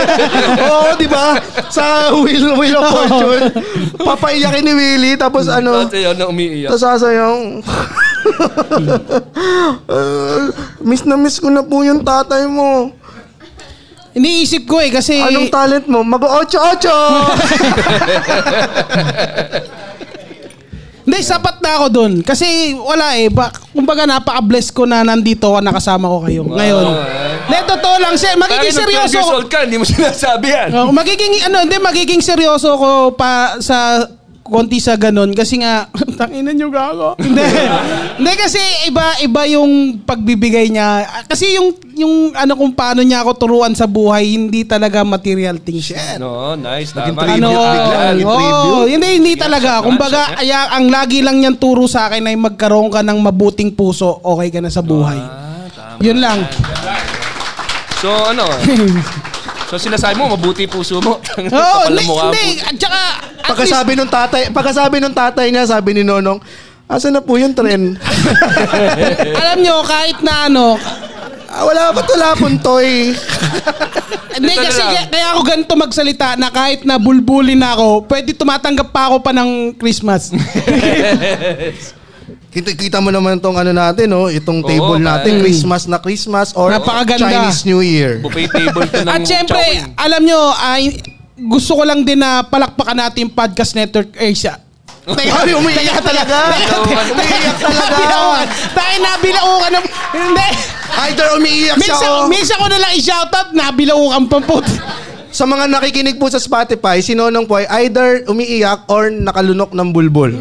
S1: Oo, di ba? Sa Wheel, Wheel of Fortune. Papaiyakin ni Willie, tapos ano,
S3: Tatay, ano, umiiyak.
S1: tapos sasayang. Uh, miss na miss ko na po yung tatay mo.
S2: Iniisip ko eh, kasi...
S1: Anong talent mo? Mag-ocho-ocho!
S2: Hindi, sapat na ako dun. Kasi wala eh. Ba, kumbaga napaka-bless ko na nandito ako, nakasama ko kayo. Ngayon. Hindi, totoo lang. Sir,
S3: Bakit
S2: magiging
S3: nung 12
S2: seryoso
S3: years
S2: ko.
S3: old ka, hindi mo sinasabi yan.
S2: Oh, magiging, ano, hindi, magiging seryoso ko pa sa konti sa ganun kasi nga tanginan niyo gago. Hindi. Hindi kasi iba iba yung pagbibigay niya. Ah, Kasi yung yung ano kung paano niya ako turuan sa buhay, hindi talaga material things. Shit.
S3: No, nice, tama.
S2: Ano,
S1: bigla, naging
S2: oh,
S1: tribute.
S2: hindi, hindi
S3: siya,
S2: talaga. Kumbaga,
S3: siya.
S2: aya, ang lagi lang niyang turo sa akin ay magkaroon ka ng mabuting puso, okay ka na sa buhay.
S3: Ah, tama.
S2: Yun lang.
S3: So, ano? So, sinasabi mo, mabuti puso mo.
S2: Oo,
S3: Kapal
S2: hindi,
S3: ang mukha mo.
S2: hindi. At saka, at least,
S1: Pagkasabi nung tatay, pagkasabi nung tatay niya, sabi ni Nonong, Asa na po yung tren?
S2: alam nyo, kahit na ano,
S1: Ah, wala pa wala pong toy.
S2: hindi
S3: Ito na
S2: kasi
S3: lang.
S2: kaya, kaya ako ganito magsalita na kahit na bulbulin na ako, pwede tumatanggap pa ako pa ng Christmas.
S1: Kita, kita mo naman tong ano natin, no? Itong
S3: Oo,
S1: table
S3: pare.
S1: natin, Christmas na Christmas or
S2: Napakaganda.
S1: Chinese New Year.
S3: Buffet table to ng
S2: At syempre,
S3: Chowin.
S2: alam nyo, ay, gusto ko lang din na palakpakan natin yung podcast network Eh, Asia.
S1: Ay, umiiyak talaga. umiiyak talaga.
S2: Tayo nabilao ka na. Hindi.
S1: Either umiiyak siya o
S2: Minsan, minsan ko na lang i-shoutout, nabilao kang pamput.
S1: sa mga nakikinig po sa Spotify, si Nonong po ay either umiiyak or nakalunok ng bulbul.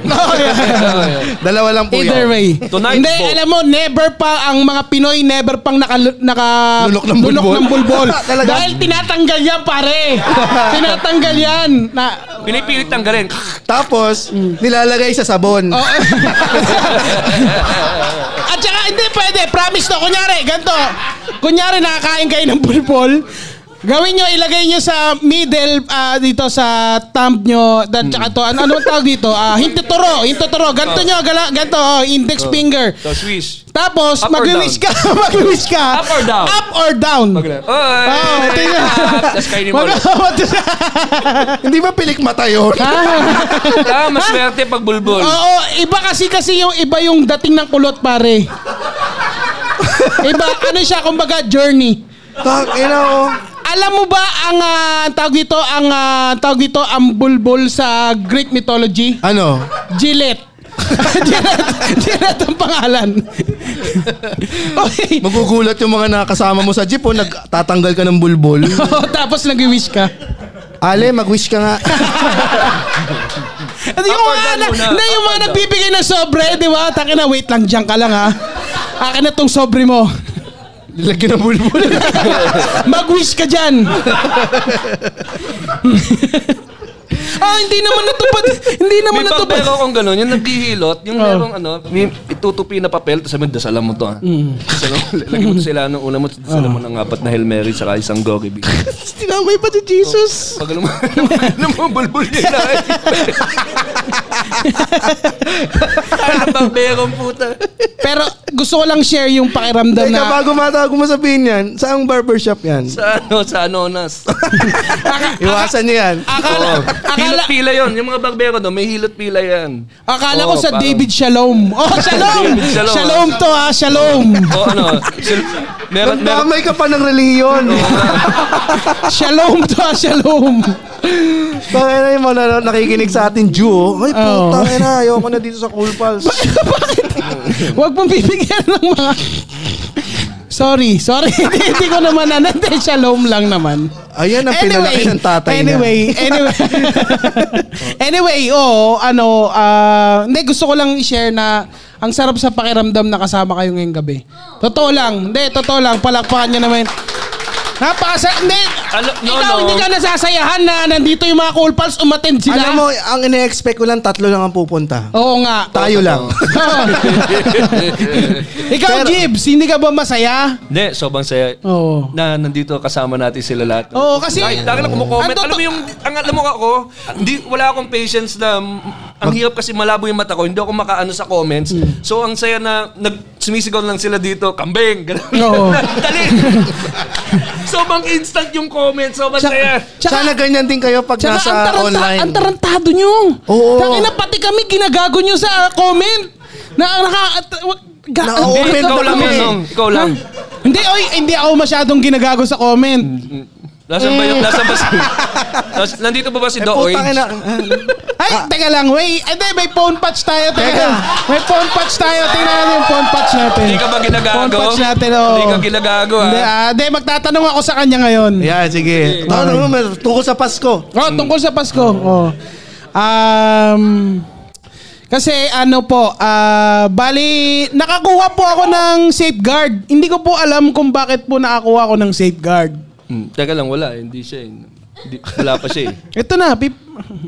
S1: Dalawa lang po
S2: Oh,
S1: yan.
S2: Either way.
S3: Tonight
S2: Hindi,
S3: po.
S2: alam mo, never pa ang mga Pinoy, never pang naka, naka
S1: Lulok ng
S2: lulok
S1: bulbol.
S2: ng bulbol.
S1: Talaga?
S2: Dahil tinatanggal yan, pare. tinatanggal yan. Na,
S3: Pinipilit tanggalin.
S1: Tapos, nilalagay sa sabon.
S2: Mm. oh, At saka, hindi pwede. Promise to. Kunyari, ganito. Kunyari, nakakain kayo ng bulbol. Gawin nyo, ilagay nyo sa middle, ah, dito sa thumb nyo, at saka to, ano, ano ang tawag dito? Ah, hintuturo, hintuturo. Ganito nyo, gala, ganito, oh, index finger.
S3: So, swish.
S2: Tapos,
S3: Up or
S2: mag-wish ka, mag-wish ka.
S3: Up or down?
S2: Up or down.
S3: Oy!
S2: Oh, tingnan.
S3: Tapos kayo ni Molo.
S2: Mag-
S1: Hindi ba pilik mata yun?
S3: Ah, mas swerte pag bulbol.
S2: Oo, iba kasi kasi yung iba yung dating ng kulot, pare. Iba, ano siya, kumbaga, journey.
S1: Tang, ina oh. ko.
S2: Alam mo ba ang ah, ang tawag dito, ang ah, ang tawag dito, ang bulbul sa Greek mythology?
S1: Ano?
S2: Gillette. Gillette, Gillette ang pangalan. okay.
S1: Magugulat yung mga nakasama mo sa jeep o nagtatanggal ka ng bulbul.
S2: Oo, Oh, tapos nag-wish ka.
S1: Ale, mag-wish ka nga.
S2: At yung
S3: Up or
S2: mga,
S3: down
S2: na,
S3: muna? Up
S2: na yung mga
S3: or down?
S2: nagbibigay ng sobre, di ba? Takin na, wait lang, dyan ka lang ha. Akin na tong sobre mo. Lagyan ng bulbul. Mag-wish ka dyan. ah, hindi naman natupad. Hindi
S3: May
S2: naman natupad.
S3: pagbero kung gano'n, yung naghihilot, yung
S2: Ah.
S3: merong ano, may itutupi na papel, tapos sabi, dasalan mo to. ah.
S2: Mm.
S3: Dasalan mo, lagyan mo to sila ng una mo,
S2: Ah.
S3: dasalan mo ng apat na Hail Mary, saka isang Gory Bee.
S2: Tinamay pa ni Jesus.
S3: Pag alam mo, alam mo, bulbul niya na. Ang pamberong puta.
S2: Pero gusto ko lang share yung pakiramdam
S1: Teka,
S2: na...
S1: bago matawag mo sabihin yan, saang barbershop yan?
S3: Sa ano, sa anonas.
S1: Iwasan niyo yan.
S3: Akala,
S2: akala-
S3: Hilot-pila yun. Yung mga bagbero doon, may hilot-pila yan.
S2: Akala ko
S3: Oo,
S2: sa
S3: parang-
S2: David Shalom. Oh, Shalom!
S3: David
S2: Shalom,
S3: Shalom,
S2: to ha, Shalom.
S3: O ano, sil- meron, meron,
S1: Nagdamay ka pa ng reliyon.
S2: Shalom to ha, Shalom.
S1: Bakit na yung mga na- nakikinig sa atin, Jew. Ay,
S2: Oo.
S1: puta, oh. na, ayoko na dito sa Cool Pals.
S2: Bakit? Huwag mong bibigyan ng mga... Sorry, sorry. Hindi hindi ko naman ano. Hindi, Shalom lang naman.
S1: Ayan ang pinalaki ng tatay
S2: anyway,
S1: niya.
S2: Anyway, anyway, oo, ano, ah, hindi, gusto ko lang i-share na ang sarap sa pakiramdam na kasama kayo ngayong gabi. Totoo lang. Hindi, totoo lang. Palakpakan niyo naman. Napakasa... Hindi,
S3: Alam- Ano, no,
S2: ikaw,
S3: no.
S2: hindi ka nasasayahan na nandito yung mga cool pals, umattend sila.
S1: Alam mo, ang ine-expect ko lang, tatlo lang ang pupunta.
S2: Oo nga.
S1: Tayo lang.
S2: Ikaw,
S1: Pero-
S2: Gibbs, hindi ka ba masaya?
S3: Hindi, sobrang saya.
S2: Oo.
S3: Na nandito kasama natin sila lahat.
S2: Oo, kasi-
S3: Ay, dahil lang kumukomment.
S2: Ang toto-
S3: Alam mo yung, ang alam mo ako, hindi, wala akong patience na, mm, ang hirap kasi malabo yung mata ko, hindi ako makaano sa comments.
S2: Hmm.
S3: So, ang saya na, nag, sumisigaw lang sila dito, kambing, gano'n.
S2: Oo.
S3: Dali. sobrang instant yung comments, sobrang
S2: Tsaka-
S3: saya.
S2: tsaka-
S1: Sana ganyan din kayo pag
S2: Tsaka
S1: nasa
S2: ang, taranta,
S1: online.
S2: ang tarantado nyo.
S1: Oo.
S2: Tangina, pati kami ginagago nyo sa ah, comment. Na ang naka... At, wa- ga-
S1: Na- open
S2: Ikaw
S3: ikaw
S2: ba
S3: lang,
S2: kami?
S3: yun, Nong. Ikaw lang.
S2: Ha? Hindi, oy, hindi ako masyadong ginagago sa comment.
S3: Nasaan ba
S2: Hmm.
S3: yung, nasaan ba si, nas- nandito ba ba si
S1: Eh,
S3: Do
S1: puta
S3: Orange?
S1: na.
S2: Ay, teka lang, wait. Hindi, may phone patch tayo. Teka,
S1: Teka.
S2: lang. May phone patch tayo. Tingnan natin yung phone patch natin.
S3: Hindi ka ba ginagago?
S2: Phone patch natin, oo.
S3: Hindi ka ginagago, ha?
S2: Hindi, ah, hindi, magtatanong ako sa kanya ngayon.
S1: Yeah, sige. Tanong mo, tungkol sa Pasko.
S2: Oh, tungkol sa Pasko. Oh. Um, kasi ano po, ah, bali, nakakuha po ako ng safeguard. Hindi ko po alam kung bakit po nakakuha ako ng safeguard.
S3: Hmm, teka lang, wala. eh. Hindi siya. eh. Hindi, wala pa siya eh.
S2: Ito na, pip.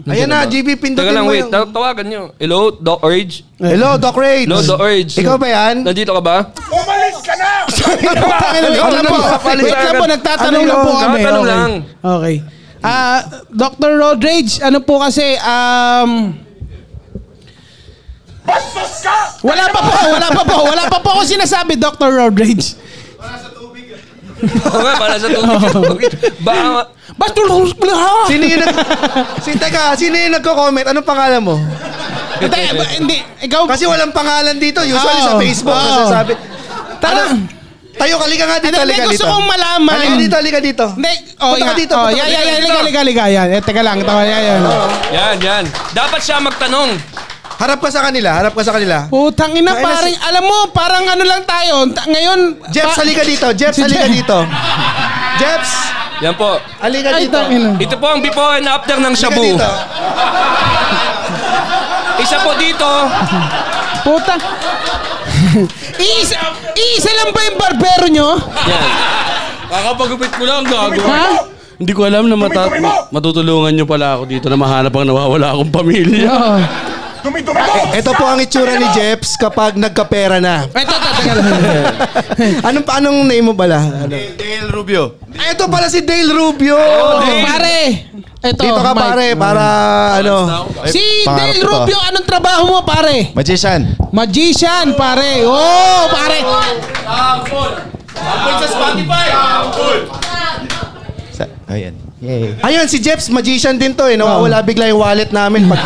S1: Ayan na, GB,
S3: Teka
S1: pindutin
S3: lang,
S1: mo
S3: wait.
S1: yung-
S3: Taw- Tawagan nyo. Hello, Doc Urge?
S1: Hello, Doc Rage.
S3: Hello, Doc Urge?
S1: Ikaw ba yan?
S3: Nandito ka ba?
S2: Tangina, wait lang po. Wait lang po, nagtatanong
S1: Ano
S2: lang po
S1: yun?
S2: kami.
S3: Nagtatanong
S2: Okay.
S3: lang.
S2: Okay. Ah, Dr. Rodrage, ano po kasi, um, Wala pa po, wala pa po, wala pa po ako sinasabi, Dr. Rodrage.
S3: Oo nga, para sa tubig. Baka,
S2: Basta ha?
S1: Sino yung nag... si, teka, sino yung nagko-comment? Anong pangalan mo?
S2: Hindi, ba- hindi. Ikaw,
S1: Kasi walang pangalan dito. Usually sa
S2: Oo.
S1: Facebook,
S2: Oo.
S1: nasasabi.
S2: tara.
S1: Ano? Tayo, halika nga dito,
S2: Ano,
S1: halika
S2: may
S1: dito.
S2: gusto kong malaman.
S1: Halika dito, halika dito.
S2: Hindi, oh,
S1: Punta ka dito, punta ka
S2: yeah, oh, yeah, yeah,
S1: dito. Oh.
S2: yeah, liga, liga, liga, yan. Eh, teka lang, tawa, yan, yan.
S3: yan, yan. Dapat siya magtanong.
S1: Harap ka sa kanila, harap ka sa kanila.
S2: Putang ina,
S1: Kaya na
S2: parang, alam mo, parang ano lang tayo. Ta- ngayon,
S1: Jeps,
S2: pa-
S1: halika dito. Jeps,
S2: Si
S1: halika
S2: Jeff.
S1: dito. Jeps,
S3: Yan po.
S1: halika
S2: Ay,
S1: dito.
S2: tangina.
S3: Ito po ang before and after ng
S1: Halika
S3: shabu.
S1: dito.
S3: Isa po dito.
S2: Puta. iisa, iisa lang ba yung barbero nyo?
S3: Yan. Kakapagupit ko lang, gago.
S2: Ha?
S5: Hindi ko alam na mata- matutulungan nyo pala ako dito na mahanap ang nawawala akong pamilya.
S2: Oo.
S1: Ito E, po ang itsura ni Jeps kapag nagkapera na.
S2: Ito, ito, teka lang.
S1: Anong anong name mo pala? Ano? Dale, Rubio. Ito Ah, pala si Dale Rubio.
S2: Oh, Pare. Ito,
S1: Dito ka
S2: Mike.
S1: pare para ano.
S2: Si
S6: pangarap
S2: Del
S6: ko to.
S2: Rubio, anong trabaho mo, pare?
S6: Magician.
S2: Magician, pare. Oh, pare.
S6: Sa, ayan. Yay.
S1: Ayun si Jeps magician din to eh. Nawawala bigla yung wallet namin pag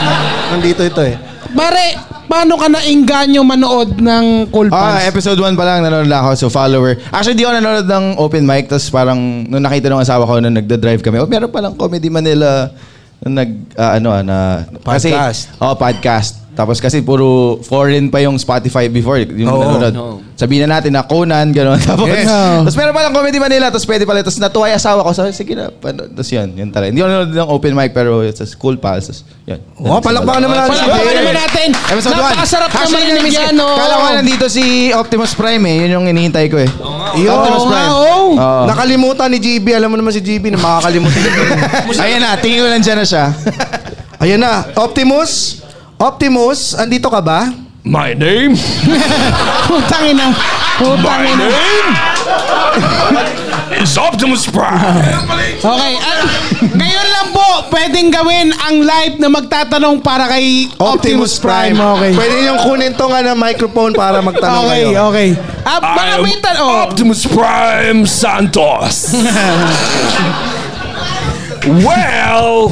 S1: nandito ito eh.
S2: Pare, paano ka nainganyo manood ng Cool
S6: Ah,
S2: Pants?
S6: episode 1 pa lang nanonood lang ako so follower. Actually, di ako nanonood ng open mic tapos parang nung nakita ng asawa ko nung nagda-drive kami. Oh, meron palang Comedy Manila na nag ah, ano ah, na
S1: Podcast.
S6: Kasi, oh, podcast. Tapos kasi puro foreign pa yung Spotify before. Yung nanonood. Sabihin na natin na Conan, gano'n. Tapos, tapos meron palang Comedy Manila, tapos pwede pala. Tapos natuwa yung asawa ko. Sabi, sige na. panood." Tapos yun, yun talaga. Hindi ko nanonood ng open mic, pero it's a cool pals. Tapos yun.
S1: Oh, palakpakan naman natin si
S2: Palakpakan
S1: Bayer.
S2: naman natin.
S6: Episode 1.
S2: Napakasarap naman yung yan. oo.
S6: Kala ko nga nandito si Optimus Prime eh. Yun yung inihintay ko eh.
S1: Yo,
S6: Optimus
S2: Oo nga,
S6: Prime.
S2: oo.
S6: Oo.
S1: oh. Nakalimutan ni JB. Alam mo naman si JB na makakalimutan.
S6: Ayan na, tingin ko nandiyan na siya.
S1: Ayan na. Optimus? Optimus, andito ka ba?
S7: My name?
S2: Putang ina. Putang ina.
S7: is Optimus Prime.
S2: Okay. ah, ngayon lang po, pwedeng gawin ang live na magtatanong para kay Optimus, Prime. Okay.
S1: Pwede niyong kunin to nga na microphone para magtanong
S2: Okay,
S1: kayo.
S2: okay. Ah, baka may tanong.
S7: Optimus Prime Santos. well,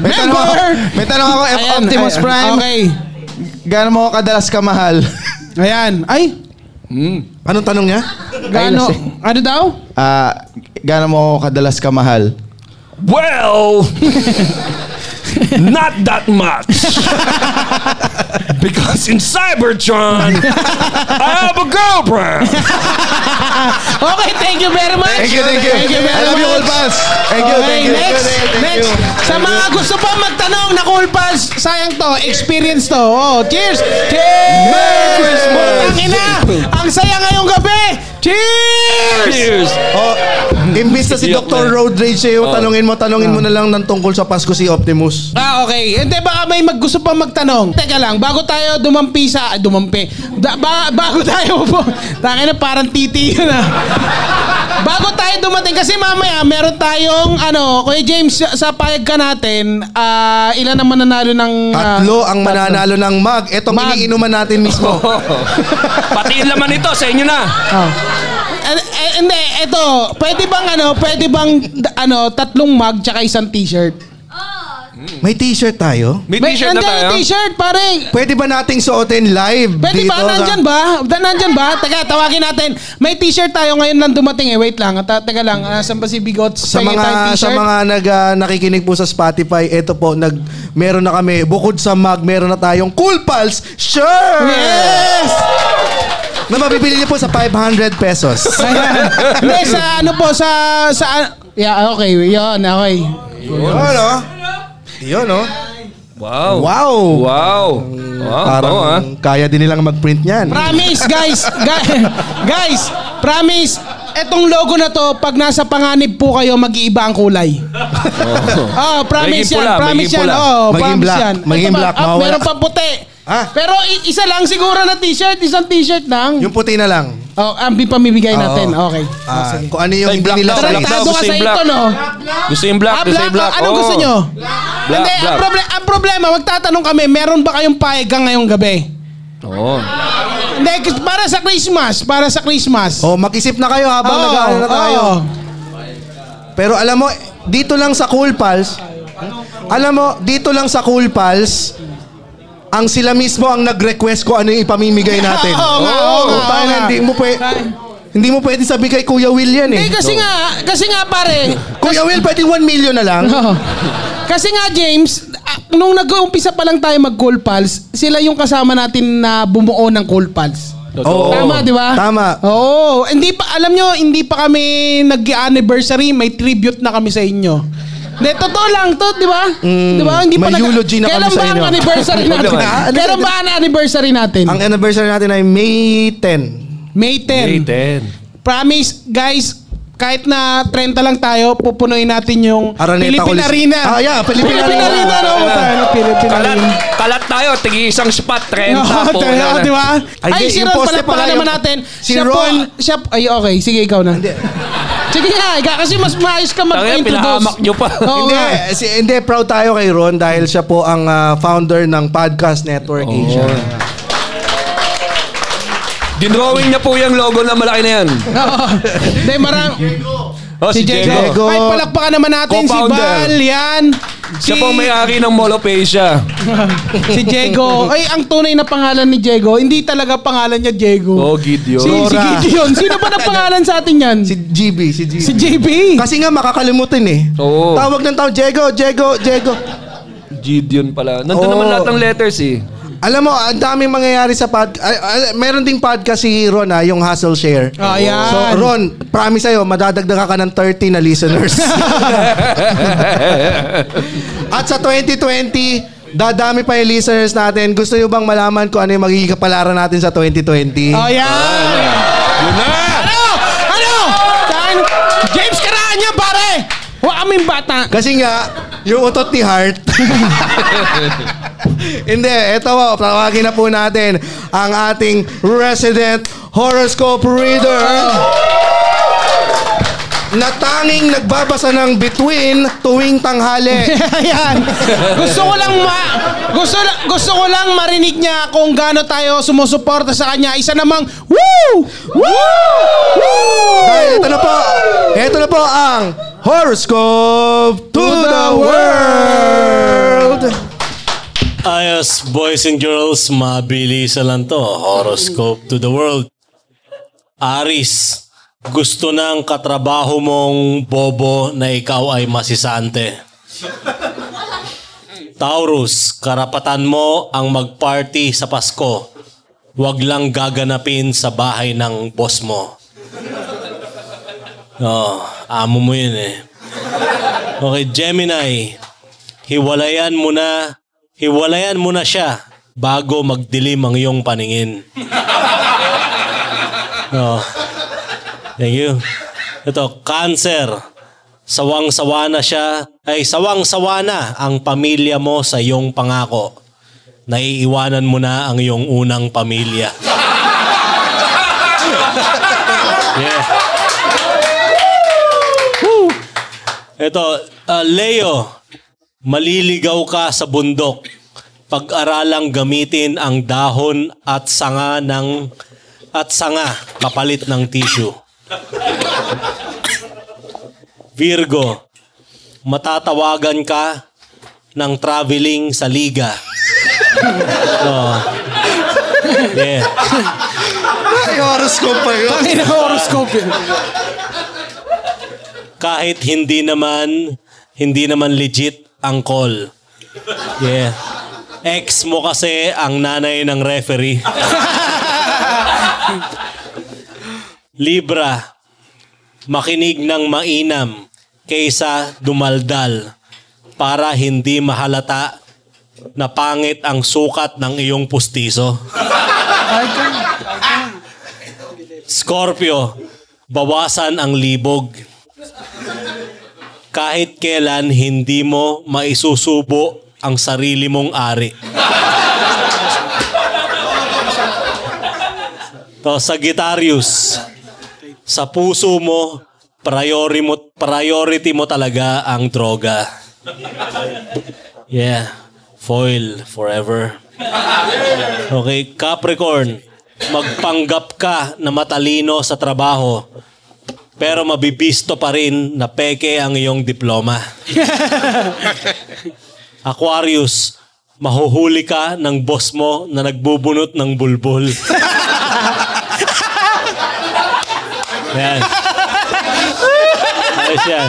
S6: May tanong ako, may tanong ako F-
S2: Ayan,
S6: Optimus
S2: ayan.
S6: Prime.
S2: Okay.
S6: Gaano mo ako kadalas kamahal?
S2: Ayan. Ay,
S1: Anong tanong niya?
S2: gaano?
S6: eh.
S2: Ano daw?
S6: Ah, gaano mo ako kadalas kamahal?
S7: well, not that much. because in Cybertron, I have a girlfriend.
S2: Okay, thank you very much.
S6: Thank you, thank you.
S2: Thank you very
S6: I love you,
S2: much.
S6: Old Pals. Thank you,
S2: okay,
S6: thank you.
S2: next,
S6: thank you, thank
S2: next.
S6: you.
S2: Sa mga gusto pa magtanong na cool pals, sayang to, experience to. Oh, cheers! Cheers! Merry
S6: Christmas!
S2: ina! Ang saya ngayong gabi! Cheers!
S7: Cheers.
S1: Oh, imbis na si
S6: eh.
S1: Dr. Road Rage
S6: Oh.
S1: sa'yo, tanungin mo, tanungin mo na lang ng tungkol sa Pasko si Optimus.
S2: Ah, okay. Hindi, baka may mag- gusto pa magtanong. Teka lang, bago tayo dumampi sa... ah, Dumampi. Da, ba- bago tayo po... Tangin na, parang titi yun ah. bago tayo dumating, kasi mamaya meron tayong, ano, Kuya James, sa- sa payag ka natin, ah, ilan ang mananalo ng... ah,
S1: Tatlo ang mananalo ng mug. Itong
S2: Mug. Oh.
S1: iniinuman natin mismo.
S7: Pati yung laman nito sa inyo na.
S2: Eh, eh, hindi, eto, pwede bang ano, pwede bang d- ano, tatlong mug tsaka isang t-shirt?
S1: May t-shirt tayo?
S7: May t-shirt na
S2: nandyan
S7: tayo.
S2: yung t-shirt, pare.
S1: Pwede ba nating suotin live
S2: Pwede
S1: dito?
S2: ba? Nandyan ba? Da, nandyan ba? Teka, tawagin natin. May t-shirt tayo ngayon lang dumating eh. Wait lang. Ta teka lang. Ah, saan ba si Bigot?
S1: Sa mga sa mga nag ah, nakikinig po sa Spotify, eto po nag meron na kami bukod sa mug, meron na tayong Cool Pals shirt.
S2: Yes!
S1: Na mabibili niyo po sa 500 pesos.
S2: Ayan. Hindi, sa ano po, sa... sa yeah, okay. Yun, okay.
S1: Oo, no? Yun, no?
S3: Wow.
S1: Wow!
S3: Wow. Wow. ah.
S1: Parang
S3: Parang, ha?
S1: kaya din nilang mag-print niyan.
S2: Promise, guys. Guys, guys, promise. Etong logo na to, pag nasa panganib po kayo, mag-iiba ang kulay. Oh, promise
S3: Magiging
S2: yan.
S3: pula,
S2: promise
S3: magiging
S2: yan.
S3: pula.
S2: Oh,
S1: Magiging
S2: promise
S1: black,
S2: yan.
S1: magiging
S2: Ito ba?
S1: black,
S2: Ah,
S1: mawawala.
S2: meron pang puti.
S1: Ah.
S2: Pero i- isa lang siguro na t-shirt. Isang t-shirt lang.
S1: Yung puti na lang.
S2: Oh, ang pamimigay natin. Okay.
S1: Ah, kung ano yung
S3: Ay,
S1: hindi
S3: black
S1: nila sa
S3: daw, black
S2: Tarantado
S3: gusto
S2: ka sa
S3: yung
S2: ito,
S3: black.
S2: no?
S3: Gusto yung black.
S2: Ah,
S3: gusto
S2: black.
S3: yung black. Oh.
S2: Anong
S3: Oo.
S2: gusto nyo?
S3: Black,
S2: Hindi, ang,
S3: black.
S2: proble- ang problema, magtatanong kami, meron ba kayong paegang ngayong gabi?
S3: Oo.
S2: Hindi, kasi para sa Christmas. Para sa Christmas.
S1: Oh, mag-isip na kayo habang
S2: Oo,
S1: nag-aaral na tayo.
S2: oo.
S1: Pero alam mo, dito lang sa Cool Pals, alam mo, dito lang sa Cool Pals, ang sila mismo ang nag-request ko ano yung ipamimigay natin.
S2: Oo nga, oo nga, oo
S1: Putang,
S2: nga.
S1: hindi mo pwede, hindi mo pwede sabi kay Kuya Will yan eh.
S2: Eh, kasi nga, kasi nga pare,
S1: Kuya Will, pwedeng 1 million na lang.
S2: Oo. Kasi nga James, ah, nung nag-uumpisa pa lang tayo mag-Cool Pals, sila yung kasama natin na bumuo ng Cool Pals.
S3: Totoo.
S2: Tama, di ba?
S1: Tama.
S2: Oo. Hindi pa, alam nyo, hindi pa kami nag-anniversary, may tribute na kami sa inyo. Hindi, totoo lang to, di ba? di ba? Hindi
S1: Mm. may eulogy na kami
S2: Kailan
S1: sa
S2: ba ang
S1: inyo.
S2: anniversary natin?
S3: Problema.
S1: Ah, ano-
S2: Kailan ba ang anniversary natin?
S1: Ang anniversary natin ay May 10.
S2: May 10.
S3: Hey, ten.
S2: Promise, guys, kahit na 30 lang tayo, pupunuin natin yung
S1: Araneta
S2: Philippine
S1: Colis-
S2: Arena.
S1: Ah, yeah, Philippine
S2: Philippine
S1: Arena.
S2: Arena. no? Tayo na, Philippine
S3: Kalat,
S2: Arena.
S3: kalat tayo. Tigi isang spot. 30
S2: Oo,
S3: po.
S2: tayo,
S3: Wala na.
S2: Ah, di ba?
S1: Ay,
S2: Ay,
S1: di,
S2: si
S1: yung
S2: Ron,
S1: poste
S2: palakpakan
S1: pala
S2: naman
S1: yung-
S2: natin.
S1: si
S2: siya po,
S1: Ron.
S2: siya, ay, okay, sige, ikaw na. Sige nga, ikaw, kasi mas maayos ka
S3: Tangina,
S2: mag-introduce.
S3: pinahamak nyo pa.
S2: Oo
S1: Hindi,
S2: nga. eh.
S1: si, hindi, proud tayo kay Ron dahil siya po ang ah, founder ng Podcast Network Asia.
S3: Dinrawing niya po yung logo na malaki na yan.
S2: Oo. Hindi, marang...
S3: Oh, si, Diego.
S1: Diego.
S2: Ay, palakpakan naman natin si
S3: Co-founder.
S2: Val, yan.
S3: Siya
S2: Si-
S3: po ang may-ari ng Molopecia.
S2: si Diego. Ay, ang tunay na pangalan ni Diego, hindi talaga pangalan niya Diego.
S3: Oh, Gideon.
S2: Si, si
S1: Nora.
S2: Gideon. Sino ba nagpangalan sa atin yan?
S1: Si
S2: Si,
S1: GB, si GB.
S2: JB.
S1: Kasi nga makakalimutan eh.
S3: Oo.
S1: Tawag ng tao, Diego, Diego, Diego.
S3: Gideon pala. Nandun
S1: Oo.
S3: naman lahat ng letters eh.
S1: Alam mo, ang daming mangyayari sa pod... ay- ay- meron ding podcast si Ron ha, yung Hustle Share.
S2: Ah, yan.
S1: So, Ron, promise sa'yo, madadagdagan ka ng 30 na listeners. At sa 2020, dadami pa yung listeners natin. Gusto nyo bang malaman kung ano yung magiging kapalaran natin sa 2020?
S2: Oh, yan!
S7: Yun na!
S2: Ano? Ano? Tan? James Caranya, pare! Huwag kaming bata.
S1: Kasi nga, yung utot ni Heart. Hindi, eto po, tawagin na po natin ang ating resident horoscope reader na tanging nagbabasa ng between tuwing tanghali.
S2: Ayan. Gusto ko lang ma gusto gusto ko lang marinig niya kung gaano tayo sumusuporta sa kanya. Isa namang woo! Woo! Woo!
S1: Ay, ito na po. Ito na po ang horoscope to the world.
S8: Ayos, boys and girls, mabilis lang to. Horoscope to the world. Aris, gusto ng katrabaho mong bobo na ikaw ay masisante. Taurus, karapatan mo ang magparty sa Pasko. Huwag lang gaganapin sa bahay ng boss mo. Oh, amo mo yun eh. Okay, Gemini, hiwalayan mo na, hiwalayan mo na siya bago magdilim ang iyong paningin. Oh. Thank you. Ito, Cancer. Sawang-sawa na siya, ay sawang-sawa na ang pamilya mo sa iyong pangako. Naiiwanan mo na ang iyong unang pamilya. yeah. Woo! Ito, ah, Leo. Maliligaw ka sa bundok. Pag-aralang gamitin ang dahon at sanga ng at sanga kapalit ng tissue. Virgo, matatawagan ka ng traveling sa liga. Oh. Yeah.
S1: Ay, horoscope pa yun.
S2: Ang ina horoscope yun.
S8: Kahit hindi naman hindi naman legit ang call. Yeah. Ex mo kasi ang nanay ng referee. Libra, makinig ng mainam kaysa dumaldal para hindi mahalata na pangit ang sukat ng iyong pustiso. Scorpio, bawasan ang libog. Kahit kailan hindi mo maisusubo ang sarili mong ari. To Sagittarius, sa puso mo, priority mo, priority mo talaga ang droga. Yeah, foil forever. Okay, Capricorn, magpanggap ka na matalino sa trabaho pero mabibisto pa rin na peke ang iyong diploma. Aquarius, mahuhuli ka ng boss mo na nagbubunot ng bulbul. yan. Ayos yan.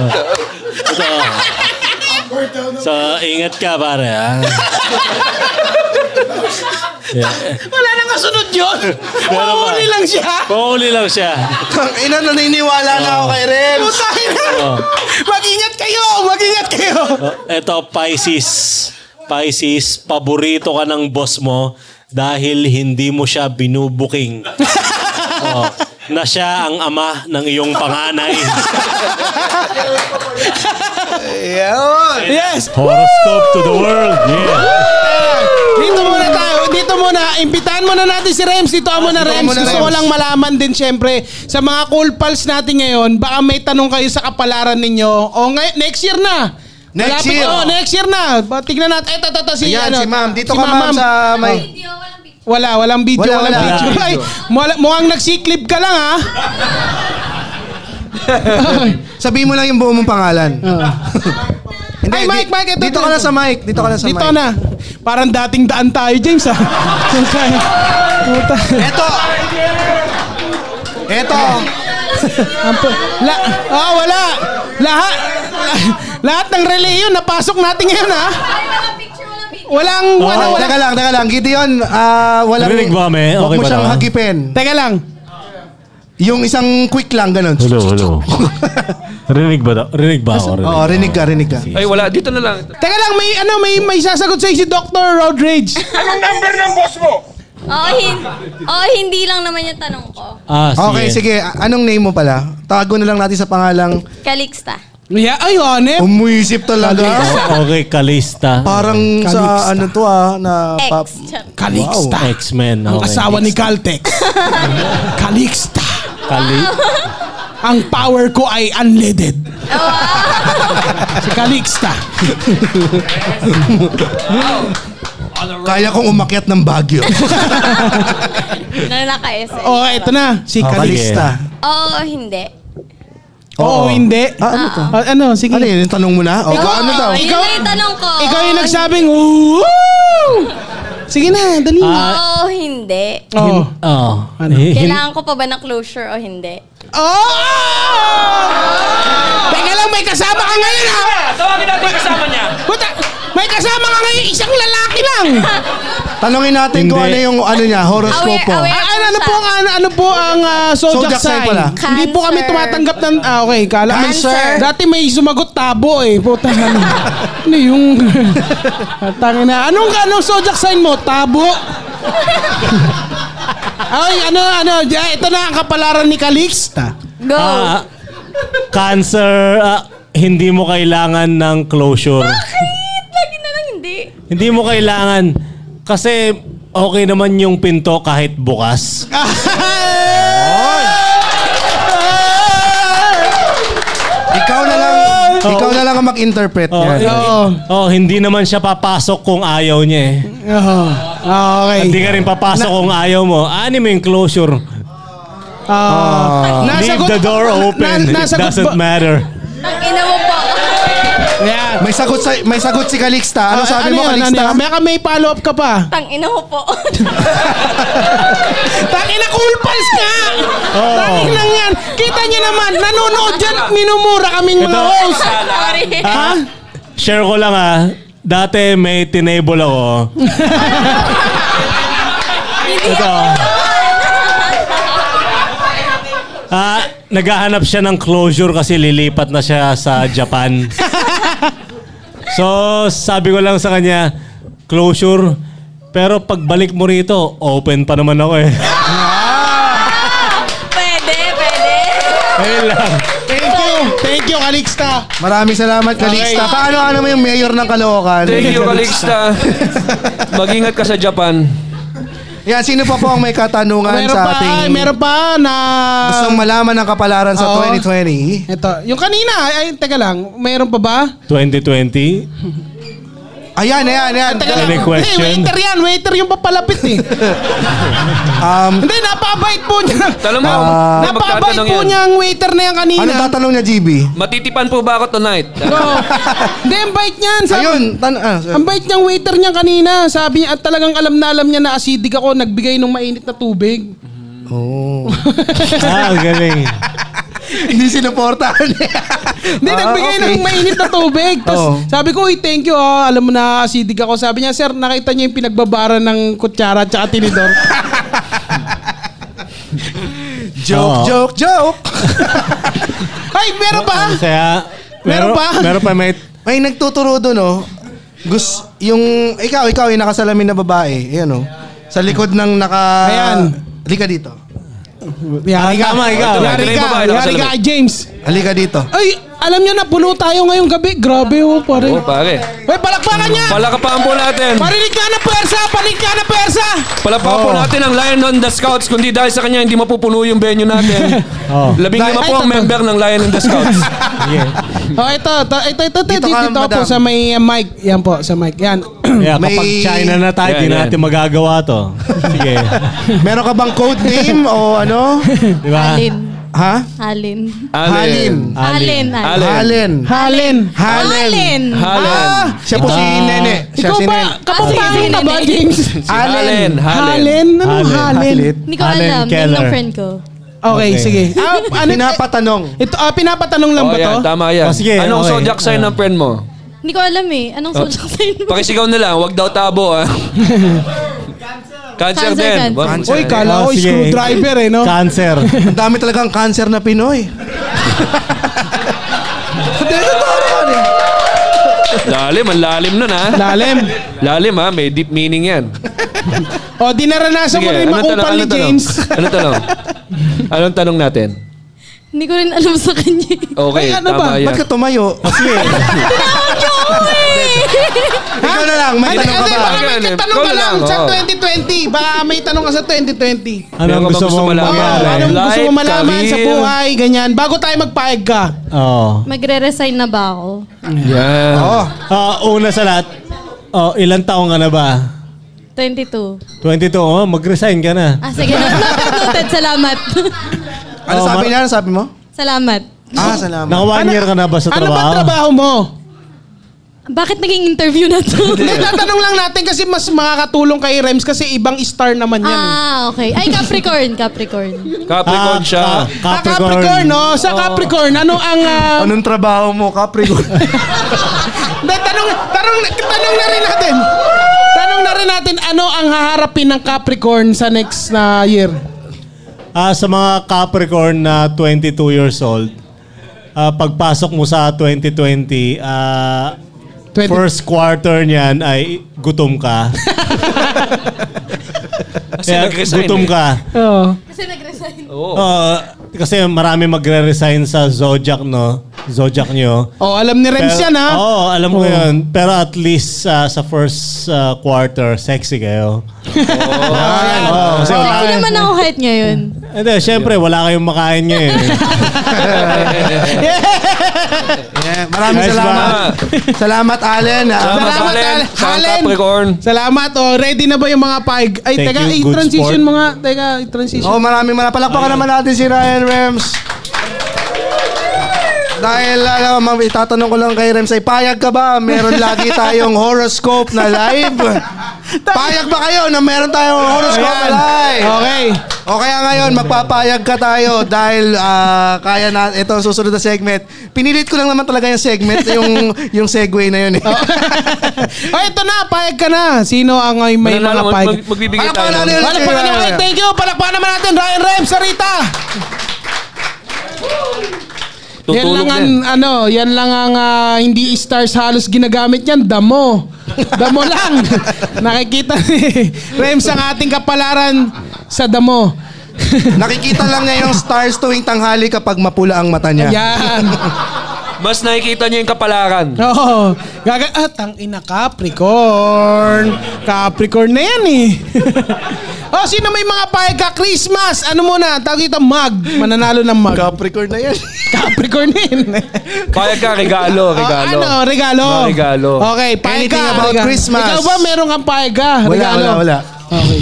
S8: Oh. Ito. So, ingat ka pare ha.
S2: Wala nang kasunod yun.
S8: Meron ba?
S2: Mahuli lang siya.
S8: Pahuli lang siya.
S1: Ang ina, naniniwala na ako kay Ren.
S2: Putangin na. Mag-ingat kayo. Mag-ingat kayo.
S8: Eto, Pisces. Pisces, paborito ka ng boss mo dahil hindi mo siya binubuking. oh, na siya ang ama ng iyong panganay.
S2: Yes.
S8: Horoscope to the world.
S2: Dito muna tayo. Dito muna. Imbitahan muna natin si Rems. Dito ka muna, Rems.
S1: muna,
S2: Gusto ko
S1: Rems.
S2: lang malaman din, syempre, sa mga cool pals natin ngayon, baka may tanong kayo sa kapalaran ninyo. O ngay- next year na.
S1: Next
S2: Malapit-
S1: year.
S2: Oh, next year na. Ba- Tignan natin. Eto, eto, eto, si,
S1: Ayan,
S2: ano,
S1: si ma'am. Dito
S2: si
S1: ka ma'am Oh.
S2: ma'am.
S1: sa may...
S9: Video, walang video.
S2: Wala, walang video,
S1: Wala,
S2: walang
S1: wala.
S2: video.
S1: Wala
S2: Ay, mula- mukhang nagsiklip ka lang, ah. ha?
S1: Sabihin mo lang yung buong mong pangalan. Hindi,
S2: Ay, Mike, Mike, ito,
S1: dito
S2: ito,
S1: ka na
S2: ito.
S1: sa mic. Dito ka na sa
S2: Dito
S1: mic.
S2: na. Parang dating daan tayo, James, ha? Puta.
S1: Ito. Ito.
S2: La, ah, wala. Lahat. Lahat ng relay yun, napasok natin ngayon ha.
S9: Ay, walang picture, walang video.
S2: Walang, wala,
S1: Oh,
S2: wala.
S1: teka lang, teka lang. Gideon, ah, wala
S8: Narinig ba, me?
S1: Huwag
S8: Okay
S1: mo
S8: ba
S1: siyang
S8: na?
S1: hagipin.
S2: Teka lang.
S1: Yung isang quick lang, ganun.
S8: Hello, hello. rinig ba? da- Rinig ba ako?
S1: Oo,
S2: Oh,
S1: rinig ka, rinig ka.
S3: Ay, wala. Dito na lang.
S2: Teka lang, may ano, may may sasagot sa'yo si Dr. Rodriguez.
S9: Oh, hin- oh, hindi lang naman yung tanong ko.
S8: Ah,
S1: Okay, sige. A- Anong name mo pala? Tago na lang natin sa pangalang
S9: Calixta.
S2: Yeah, ay,
S1: Um,
S2: honest.
S1: umuisip talaga.
S8: Okay, Kalista.
S1: Parang
S2: Kalista.
S1: sa ano to ah, na
S9: Ex.
S1: pap-
S2: Calixta.
S8: X-Men.
S2: Ang
S8: okay.
S2: asawa ni Caltex. Calixta.
S8: Kali.
S2: Ang power ko ay unleaded.
S9: Oh,
S2: si Calixta.
S1: Kaya kong umakyat ng Baguio.
S9: Nanaka-SM.
S2: Oh, eto na. Si Calixta.
S1: Kalista.
S9: Oo, Oh, hindi.
S2: Oo, hindi.
S1: Ah, ano to?
S2: Ah, ano, sige.
S1: Ano yun? Yung tanong mo na? O,
S2: Ikaw,
S1: ano daw?
S9: Oh, Yun
S2: Ikaw-
S9: na yung tanong ko.
S2: Ikaw yung
S9: Oo,
S2: nagsabing, Woo! Sige na, dali.
S9: hindi. Oo, hindi.
S2: oh.
S8: Oh.
S2: Ano?
S9: Kailangan ko pa ba na closure o hindi?
S2: Oh! Teka lang, may kasama ka ngayon ha!
S7: Tawagin natin yung kasama niya.
S2: Puta, may kasama ka ngayon, isang lalaki lang!
S1: Tanungin natin kung ano yung ano niya, horoscope
S9: Aware- aware.
S2: Ah, ano, ano po ang ano, ano po ang ah,
S1: Zodiac
S2: zodiac,
S1: sign
S2: sign?
S1: pala.
S2: Hindi po kami
S9: Cancer.
S2: tumatanggap ng ah, okay, kala
S9: Cancer.
S2: Dati may sumagot tabo eh. Puta ano. ano yung Tangin na. Anong anong zodiac sign mo? Tabo. Ay, ano, ano, ah, ito na ang kapalaran ni Calixta.
S9: Go!
S8: Ah, cancer, ah, hindi mo kailangan ng closure.
S9: Bakit? Lagi na lang hindi.
S8: Hindi mo kailangan. Kasi okay naman yung pinto kahit bukas.
S2: Ah,
S1: Ikaw na lang, ikaw na lang ang mag-interpret
S8: Oh,
S1: niyan.
S8: oh, hindi naman siya papasok kung ayaw niya eh.
S2: Oh,
S8: Hindi
S2: okay.
S8: ka rin papasok kung ayaw mo. Ano mo yung closure?
S2: Ah,
S8: Leave the door open.
S2: na-
S8: It
S2: nasagot
S8: doesn't
S2: ba-
S8: matter.
S9: Ang ina mo po.
S2: Yeah.
S1: May sagot sa may sagot si Calixta. Ano
S2: Ah,
S1: sabi mo
S2: yun,
S1: Calixta?
S2: yun? Baka may follow up ka pa.
S9: Tang ina mo po.
S2: Tangina cool pals nga!
S8: Oo.
S2: Tangin lang yan! Kita niyo naman, nanonood dyan at minumura kaming mga
S8: Ito.
S2: host!
S9: Sorry.
S8: Ah, Share ko lang ah. Dati may tinable ako.
S9: Hindi
S8: Ito.
S9: ako.
S8: Ah, naghahanap siya ng closure kasi lilipat na siya sa Japan. so, sabi ko lang sa kanya, closure. Pero pagbalik mo rito, open pa naman ako eh.
S9: Pwede, pwede.
S8: Ayun lang.
S2: Thank you! Thank you, Calixta!
S1: Maraming salamat Calixta. Paano ano mo yung mayor ng Caloocan?
S3: Thank you, Calixta. Mag-ingat ka sa Japan.
S1: Yan, sino pa po ang may katanungan
S2: Meron
S1: sa
S2: pa,
S1: ating
S2: ay, meron pa na...
S1: gustong malaman ng kapalaran sa
S2: Oo.
S1: 2020?
S2: Ito, yung kanina, ay, teka lang, meron pa ba?
S8: 2020,
S1: Ayan, ayan, ayan.
S2: Teka lang,
S8: Any question?
S2: Hey, waiter yan, waiter yung papalapit eh.
S1: Um,
S2: Hindi, napakabait po niya.
S3: Talo mo.
S1: Ah.
S3: Hindi,
S2: napakabait
S3: magtatanong
S2: po
S3: yan.
S2: niya ang waiter na yan kanina.
S1: ano tatanong niya, GB?
S3: Matitipan po ba ako tonight?
S2: Oo. Hindi, ang bait niyan. Sabi,
S1: Ayun, tan ah, sir.
S2: Ang bait niyang waiter niya kanina. Sabi niya, at talagang alam na alam niya na acidic ako. Nagbigay ng mainit na tubig.
S8: ah, ang galing.
S1: hindi sinuportahan niya.
S2: Hindi,
S1: Ah,
S2: nagbigay
S1: okay.
S2: ng mainit na tubig. Tapos
S1: Oo.
S2: sabi ko, uy, thank you. ah. Alam mo na, acidic ako. Sabi niya, sir, nakita niyo yung pinagbabara ng kutsara at saka tinidor.
S1: Joke,
S8: Oo.
S1: joke, joke.
S2: Ay, meron pa?
S8: Kaya,
S2: Meron
S8: meron,
S2: pa?
S8: Meron pa, mate.
S1: May nagtuturo doon, oh. Gus, yung, ikaw, ikaw, yung nakasalamin na babae. Ayan, oh. Sa likod ng naka...
S2: Ayan.
S1: Halika dito.
S2: Yari ka.
S8: Tama, ikaw.
S3: Ito,
S2: Yari ka.
S3: ito yung babae,
S2: Yari ka,
S3: nakasalamin.
S2: James.
S1: Halika dito.
S2: Ay, alam niyo na, puno tayo ngayong gabi. Grabe, oh, pare.
S3: Oh, pare.
S2: Uy, palakpakan niya!
S3: Palakapahan po natin.
S2: Parinig ka ng persa! Parinig ka ng persa!
S3: Palakpahan po natin ang Lion on the Scouts. Kundi dahil sa kanya, hindi mapupuno yung venue natin.
S8: Oh.
S3: Labing lima
S2: Ay,
S3: po ang
S2: totoo.
S3: member ng Lion on the Scouts.
S2: Oh, ito, ito, ito, ito, ito,
S1: Dito
S2: dito,
S1: ka,
S2: dito po
S1: madam.
S2: sa may uh, mic. Yan po, sa mic. Yan.
S8: Yeah,
S1: May-
S8: kapag China na tayo,
S3: Yan,
S8: di
S3: yan.
S8: natin magagawa to. Sige.
S1: Meron ka bang code name o ano?
S8: Di ba?
S9: Alin.
S1: Ha?
S9: Alin.
S1: Halin.
S9: Alin. Alin.
S1: Halin.
S2: Halen.
S1: Halin.
S3: Halen.
S1: Siya po si Nene. Siya
S2: Ah! Ikaw
S1: si
S2: ba?
S1: Nene.
S2: Kapapangin ka ba, James?
S3: Halen. Oh, Halen.
S2: Halen? Anong
S8: Halen.
S2: Halen?
S9: Hindi ko
S8: Alin
S9: alam. Name
S8: Keller.
S9: ng friend ko.
S2: Okay, sige. Ah, ano,
S1: Pinapatanong.
S2: ito, ah, pinapatanong lang
S3: Oh,
S2: ba to?
S3: yan, tama yan.
S10: Oh, sige,
S3: Anong
S10: okay.
S3: zodiac sign ng friend mo?
S9: Hindi ko alam eh. Anong zodiac sign mo?
S3: Pakisigaw na lang, wag daw tabo ah. Cancer
S9: Cancer
S3: din.
S9: yan.
S3: Ba-
S1: Cancer.
S2: Uy, kala ko
S10: Oh, sige.
S2: screwdriver eh, no?
S10: Cancer.
S1: Ang dami talagang cancer na Pinoy. eh.
S3: Lalim, ang lalim nun ah.
S2: Lalim.
S3: Lalim ah, may deep meaning yan.
S2: O, di naranasan Oh, mo rin makumpal
S3: anong ano
S2: ni
S3: tanong?
S2: James.
S3: Anong tanong? Anong tanong natin?
S9: Hindi ko rin alam sa kanya. eh.
S3: Okay,
S2: Ay, ano
S3: tama
S2: ba?
S3: yan.
S1: Ba't ka tumayo?
S9: Tinawag niyo ako eh!
S1: Ikaw na lang, may
S2: Ano,
S1: tanong ka
S2: ano,
S1: ba?
S2: baka may
S3: Ganun,
S2: tanong ka
S3: ikaw
S2: lang
S3: lang,
S2: sa
S3: oo.
S2: 2020. Baka may tanong ka sa 2020.
S10: Ano ang
S3: Meron ka
S10: gusto
S3: bang gusto
S10: mong
S3: malaman?
S10: mangyari?
S2: Oh, anong gusto mo
S3: Life,
S2: malaman sa
S3: career.
S2: buhay, ganyan. Bago tayo magpahig ka.
S10: Oo.
S8: Oh.
S9: Magre-resign na ba ako?
S3: Yan.
S10: Ah, una sa lahat, oh, ilang taong ka na ba?
S9: 22.
S10: 22, oh, mag-resign ka na.
S9: Ah, sige. Not not included. Salamat.
S10: Oh,
S1: Ano
S10: mar-
S1: sabi niya? Ano sabi mo?
S9: Salamat.
S1: Ah, salamat.
S10: Naka one year ka na ba sa
S2: Ano
S10: trabaho?
S2: ba trabaho mo?
S9: Bakit naging interview na to?
S2: Hindi, tatanong lang natin kasi mas makakatulong kay Rems kasi ibang star naman yan. eh.
S9: ah, okay. Ay, Capricorn. Capricorn.
S3: Capricorn
S10: Ah,
S3: siya.
S2: Ah,
S10: Capricorn.
S2: Capricorn, no? Sa Capricorn, ano ang... ah,
S1: Anong trabaho mo, Capricorn?
S2: Hindi, tanong, tanong, tanong na rin natin. Tanong na rin natin, ano ang haharapin ng Capricorn sa next na year?
S10: Ah, sa mga Capricorn na 22 years old, ah, pagpasok mo sa 2020, ah,
S2: 20
S10: first quarter niyan ay gutom ka.
S3: Kasi
S10: Kaya
S3: nag-resign.
S10: gutom
S3: eh.
S10: ka.
S2: Oo.
S9: Kasi nag-resign.
S10: Oo, kasi marami magre-resign sa Zodiac, no? Zodiac nyo.
S2: Oh, alam ni Rems yan, ha?
S10: Oo, oh, alam ko
S2: Oo.
S10: yun. Pero at least ah, sa first ah, quarter, sexy kayo. Oo, oh, kasi wala
S9: Sexy
S10: kayo-
S9: naman ako kahit ngayon.
S10: Hindi, syempre, wala kayong makain ngayon. eh.
S1: yeah, maraming
S10: Nice
S1: salamat.
S3: Ah,
S1: Salamat, Allen. ah.
S3: Salamat, Allen.
S2: Salamat, Allen.
S3: Salamat,
S2: Allen.
S3: Capricorn.
S2: Salamat, oh. Ready na ba yung mga paig? Ay,
S10: Thank
S2: teka,
S10: you, good
S2: i-transition
S10: sport.
S2: mga... Teka, i-transition.
S1: Oh, maraming mga palakpakan naman natin si Ryan Rems. Dahil alam mo, itatanong ko lang kay Rems ay payag ka ba? Meron lagi tayong horoscope na live. Payag ba kayo na meron tayong horoscope na live?
S2: Okay.
S1: O kaya ngayon, magpapayag ka tayo dahil ah, kaya na, ito ang susunod na segment. Pinilit ko lang naman talaga yung segment, yung, yung segue na yun eh.
S2: Oh, Ay, ito Oh, na, paig ka na. Sino ang ay may
S3: Mananalo,
S2: mga
S3: mag-
S2: paig?
S3: mag- magbibigay
S1: Palakpakan
S3: tayo.
S1: natin.
S3: ng-
S2: Palakpakan naman. Thank you. Palakpakan naman natin. Ryan Rems, Sarita. Yan
S3: Tutulog
S2: lang
S3: din.
S2: ang, ano, yan lang ang ah, hindi stars halos ginagamit yan. Damo. Damo lang. Nakikita ni Rems ang ating kapalaran sa damo.
S1: Nakikita lang niya yung stars tuwing tanghali kapag mapula ang mata niya.
S2: yan.
S3: Mas nakikita niya yung kapalaran.
S2: Oo. Gaga at ang ina Capricorn. Capricorn na yan eh. oh, sino may mga pahay ka Christmas? Ano muna? Tawag dito mag. Mananalo ng mag.
S1: Capricorn na yan.
S2: Capricorn na yun.
S3: Payag ka, regalo,
S2: Oh,
S3: regalo.
S2: ano? Regalo.
S3: Mga regalo.
S2: Okay, pahay ka.
S1: Anything about
S2: regalo.
S1: Christmas?
S2: Ikaw ba meron kang pahay ka?
S1: Wala,
S2: regalo.
S1: wala, wala.
S2: Okay.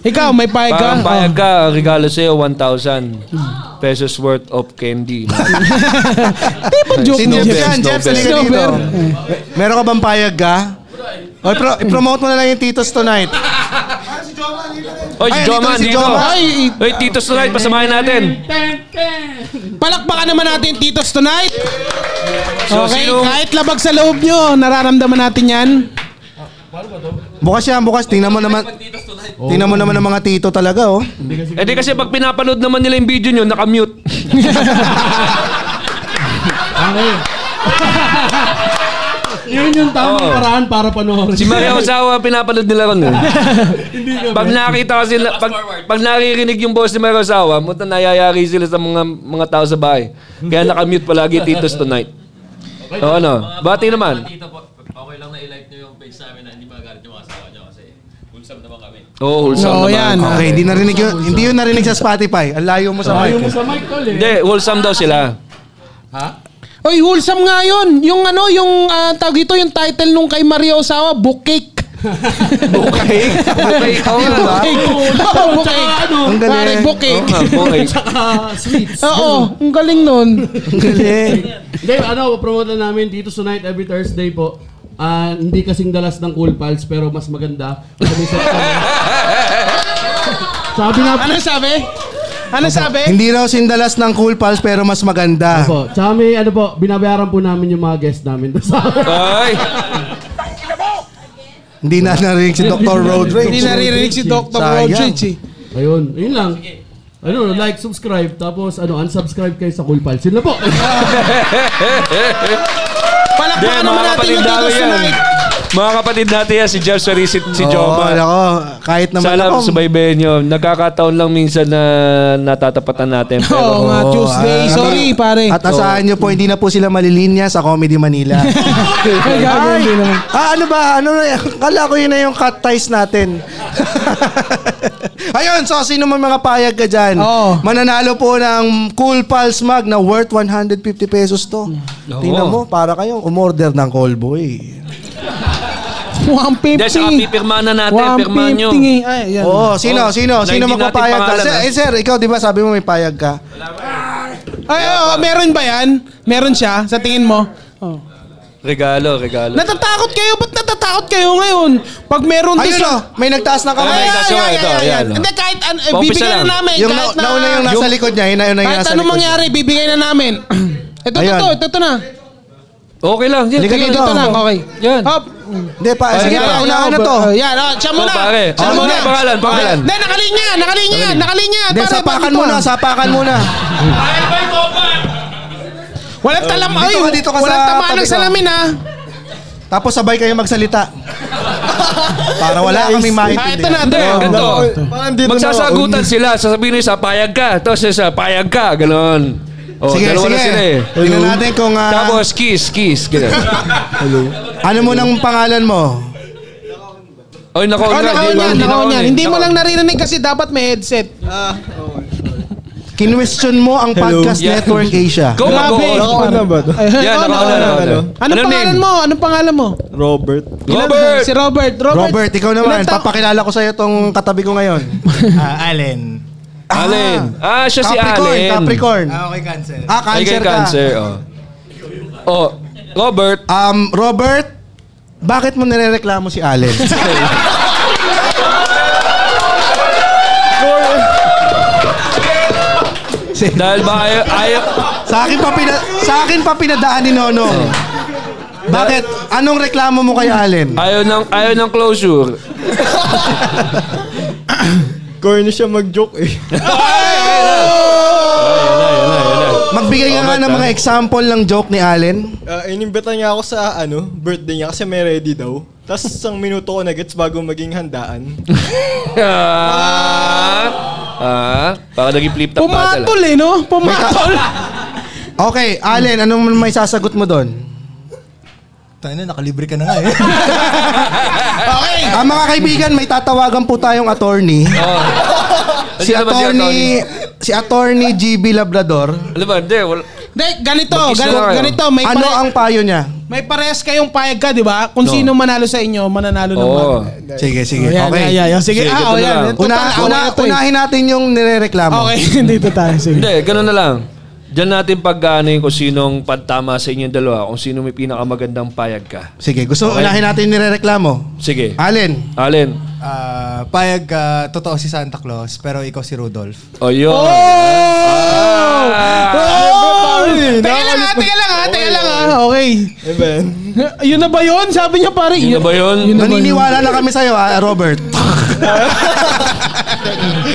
S2: Ikaw, may pahay ka?
S3: Parang payag ka, regalo sa'yo, 1,000 pesos worth of candy.
S2: Oh. Tipo joke
S1: Si
S2: mo.
S1: Jeff
S3: Snowbird,
S1: yan, Jeff,
S3: Snowbird.
S1: salika dito.
S2: Snowbird.
S1: Meron ka bang payag ka? O, pro- i-promote mo na lang yung Titos tonight.
S3: Oy, si
S1: Ay,
S3: Joman,
S1: andito si
S3: dito.
S1: Joman.
S2: Ay,
S3: Oy, Tito Slide, pasamahin natin.
S2: palakpakan naman natin Titos tonight.
S3: So,
S2: Okay,
S3: sino-
S2: kahit labag sa loob nyo, nararamdaman natin yan.
S1: Bukas yan, bukas. Tingnan mo naman. Tingnan mo naman ng mga tito talaga, oh.
S3: Eh di kasi pag pinapanood naman nila yung video nyo, nakamute.
S2: Yun yung tamang paraan para panoorin.
S3: Si Maria Osawa, pinapanood nila ron. Eh. pag nakita kasi, nila- pag, pag naririnig yung boss ni Maria Osawa, muta nayayari sila sa mga mga tao sa bahay. Kaya nakamute palagi Titos tonight. O ano, bati naman. Okay lang na-like nyo yung page namin na hindi magalit yung asawa nyo kasi wholesome naman kami. Oo, oh, wholesome
S2: Oo,
S3: naman.
S2: yan.
S1: Okay, hindi narinig yun. Hindi yun narinig sa Spotify. Ang layo mo sa mic. eh.
S3: Hindi, wholesome daw sila.
S2: Oy, wholesome nga yun. Yung ano, yung ah, tawag ito, yung title nung kay Maria Osawa, Book Cake.
S3: Okay. Okay, oo nga ba?
S2: Cake. Oo, Book Cake.
S1: Ang galing.
S2: Pare, Book Cake.
S3: Ah, Okay. Ah,
S2: Oo, ang galing nun.
S1: Ang galing.
S11: Hindi, ano, promote na namin dito tonight every Thursday po. Ah, hindi kasing dalas ng Cool Pals pero mas maganda. Sabi sa Sabi nga
S2: Ano sabi? Ano sabi?
S1: Hindi raw sindalas ng cool pals pero mas maganda.
S8: Opo. Tsaka may ano po, binabayaran po namin yung mga guest namin doon sa
S3: Ay!
S1: Hindi na narinig si Dr. Road Rage.
S8: Hindi naririnig si Dr.
S1: Sayang.
S8: Road Rage eh. Ayun, yun lang. Ano, like, subscribe, tapos ano, unsubscribe kayo sa Cool Pals. Yun na po.
S2: Palakpakan naman natin yung Tito Sunay.
S3: Mga kapatid natin yan, si Jeff Sarisit, si
S1: Oo,
S3: Joma.
S1: nako, kahit naman
S3: Sana
S1: ako.
S3: subaybayan nyo. Nagkakataon lang minsan na natatapatan natin.
S1: Oo
S3: Pero,
S1: nga, Tuesday.
S2: Ah, Sorry, pare.
S1: At asahan nyo po, hindi na po sila malilinya sa Comedy Manila. eh.
S2: Ay, gagawin din naman.
S1: Ah, ano ba? Ano na? Kala ko yun na yung cut ties natin. Ayun, so sino man mga payag ka dyan? Mananalo po ng Cool Pals Mag na worth 150 pesos to. Tingnan mo, para kayong umorder ng Callboy.
S2: 150.
S3: Hindi, saka pipirmahan na natin. Pirmahan nyo.
S2: eh.
S1: Oo, sino? Sino? Sino
S3: na hindi natin
S1: magpapayag ka?
S3: pangalan,
S1: Sir,
S3: ah.
S1: eh, sir, ikaw di ba sabi mo may payag ka?
S2: Ay, oh, meron ba yan? Meron siya, sa tingin mo? Oh.
S3: Regalo, regalo.
S2: Natatakot kayo? Ba't natatakot kayo ngayon? Pag meron
S1: Ayun
S2: dis-
S1: o, may nagtaas na kamay.
S2: Ay, ay,
S1: Ito,
S2: ay,
S1: ito,
S2: ay,
S1: ayan,
S2: ay.
S1: o.
S2: Hindi, kahit ano, eh,
S1: Paumpisa
S2: bibigyan
S1: lang.
S2: na namin.
S1: Yung
S2: kahit
S1: na- nauna yung nasa likod niya, yun na- yun na yung
S2: kahit
S1: nasa
S2: anong
S1: likod
S2: mangyari, bibigyan na namin. ito,
S1: Ayan.
S2: ito, ito, ito na.
S3: Okay lang.
S1: yan. Halika
S2: Sige,
S1: dito.
S2: Ito lang, okay. Yan. Hop.
S1: Hindi pa, sige
S2: Ayan,
S1: pa,
S2: ayan,
S1: unahan na
S2: ayan,
S1: to.
S2: oh, Yan, oh, siya muna.
S1: Oh, pare.
S2: Siya
S1: Oh,
S2: muna.
S1: sige, pangalan, pangalan.
S2: Hindi, nakalinya, nakalinya, nakalinya.
S1: Hindi,
S2: Pare,
S1: sapakan
S2: bakit
S1: muna,
S2: ah?
S1: sapakan muna.
S2: Walang talam,
S1: Dito
S2: ay,
S1: ka, dito ka
S2: walang
S1: sa
S2: tamaan
S1: tabi
S2: ng
S1: ko.
S2: salamin, ha?
S1: Tapos sabay kayo magsalita. Para wala kaming maintindihan.
S2: Ah, ito na, ito
S3: Hindi,
S2: na.
S1: Oh,
S3: ganito.
S1: Parang dito na
S3: Magsasagutan
S1: ako.
S3: sila. Sasabihin nyo isa, payag ka. Tapos isa, payag ka. Ganon. Oh,
S1: Sige,
S3: dalawa na
S1: sige.
S3: sila eh.
S1: Tingnan natin kung, ah,
S3: Tapos kiss, kiss. Ganun. Hello.
S1: Ano mo nang pangalan mo?
S3: Oy, nako.
S2: Oh, nakaon yan, nakaon yan. Hindi mo lang naririnig kasi dapat may headset.
S1: Kinwestiyon mo ang
S2: Hello.
S1: Podcast
S2: Yeah.
S1: Network Asia.
S2: Go, Grabe. go, go. Nakaon na ba to? Ayan,
S1: Yan,
S2: nakaon,
S1: nakaon na,
S2: nakaon.
S1: nakaon na.
S2: Anong
S1: Ano
S2: pangalan
S1: name?
S2: mo? Anong pangalan mo?
S1: Robert.
S2: Ilan- Si Robert. Robert,
S1: Robert, ikaw naman. Papakilala ko sa'yo tong katabi ko ngayon.
S4: Ah, Allen.
S3: Allen. Ah, siya si
S1: Capricorn,
S3: Allen.
S1: Capricorn.
S4: Ah, okay, cancer.
S1: Ah, cancer
S3: Ay, kay
S1: ka.
S3: cancer, oh. Oh, Robert.
S1: Um, Robert, bakit mo nirereklamo si Allen?
S3: Dahil ba ayaw, ayaw,
S1: sa akin pa pina, sa akin pa pinadaan ni Nonong. Bakit? Anong reklamo mo kay Allen?
S3: ayaw ng, ayaw ng closure.
S4: Corny siya mag-joke eh.
S1: Magbigay ka nga ng
S3: ah.
S1: mga example ng joke ni Allen.
S4: Ah, inimbita niya ako sa ano, birthday niya kasi may ready daw. Tapos isang minuto ko nag-gets bago maging handaan.
S3: ah, ah, para naging flip top battle.
S2: Pumatol eh, no? Pumatol.
S1: Okay, Allen, anong may sasagot mo doon?
S4: Tayo na, nakalibre ka na nga eh.
S1: Okay. Oh, Ah, mga kaibigan, may tatawagan po tayong attorney. Si
S3: Sino ba Ano si
S1: attorney, si attorney GB Labrador.
S3: Ano ba? Hindi, wala.
S2: Hindi, ganito,
S1: Mag-kiss na
S2: ganito,
S1: lang kayo.
S2: ganito. May
S1: Ano ang payo niya?
S2: May pares kayong payag ka, di ba? Kung
S1: No.
S2: sino manalo sa inyo,
S3: ano
S2: mananalo naman.
S1: Oo. Sige, sige.
S2: Oh, yan,
S1: okay.
S2: yan, yan. Sige, ah, oh, yan. Total,
S1: Una,
S2: away
S1: una,
S2: na to eh.
S1: unahin natin yung nirereklamo.
S2: Okay, dito tayo. Sige.
S3: Hindi, ganun na lang. Diyan natin pag ano, yung kung sinong pagtama sa inyong dalawa, kung sino may pinakamagandang payag ka.
S1: Sige, gusto
S3: Okay.
S1: unahin natin yung nirereklamo.
S3: Sige.
S1: Alin?
S3: Alin.
S4: Ah, payag ka, totoo si Santa Claus, pero ikaw si Rudolph.
S3: O yun.
S1: Oh!
S3: Ah,
S2: Teka lang ha, teka lang ha, teka lang ah. ha. Okay.
S4: Amen.
S2: Yun na ba yun? Sabi niya pare. Yun
S3: na Ano ba yun?
S2: na ba
S1: Naniniwala na kami sa'yo, ah, Robert.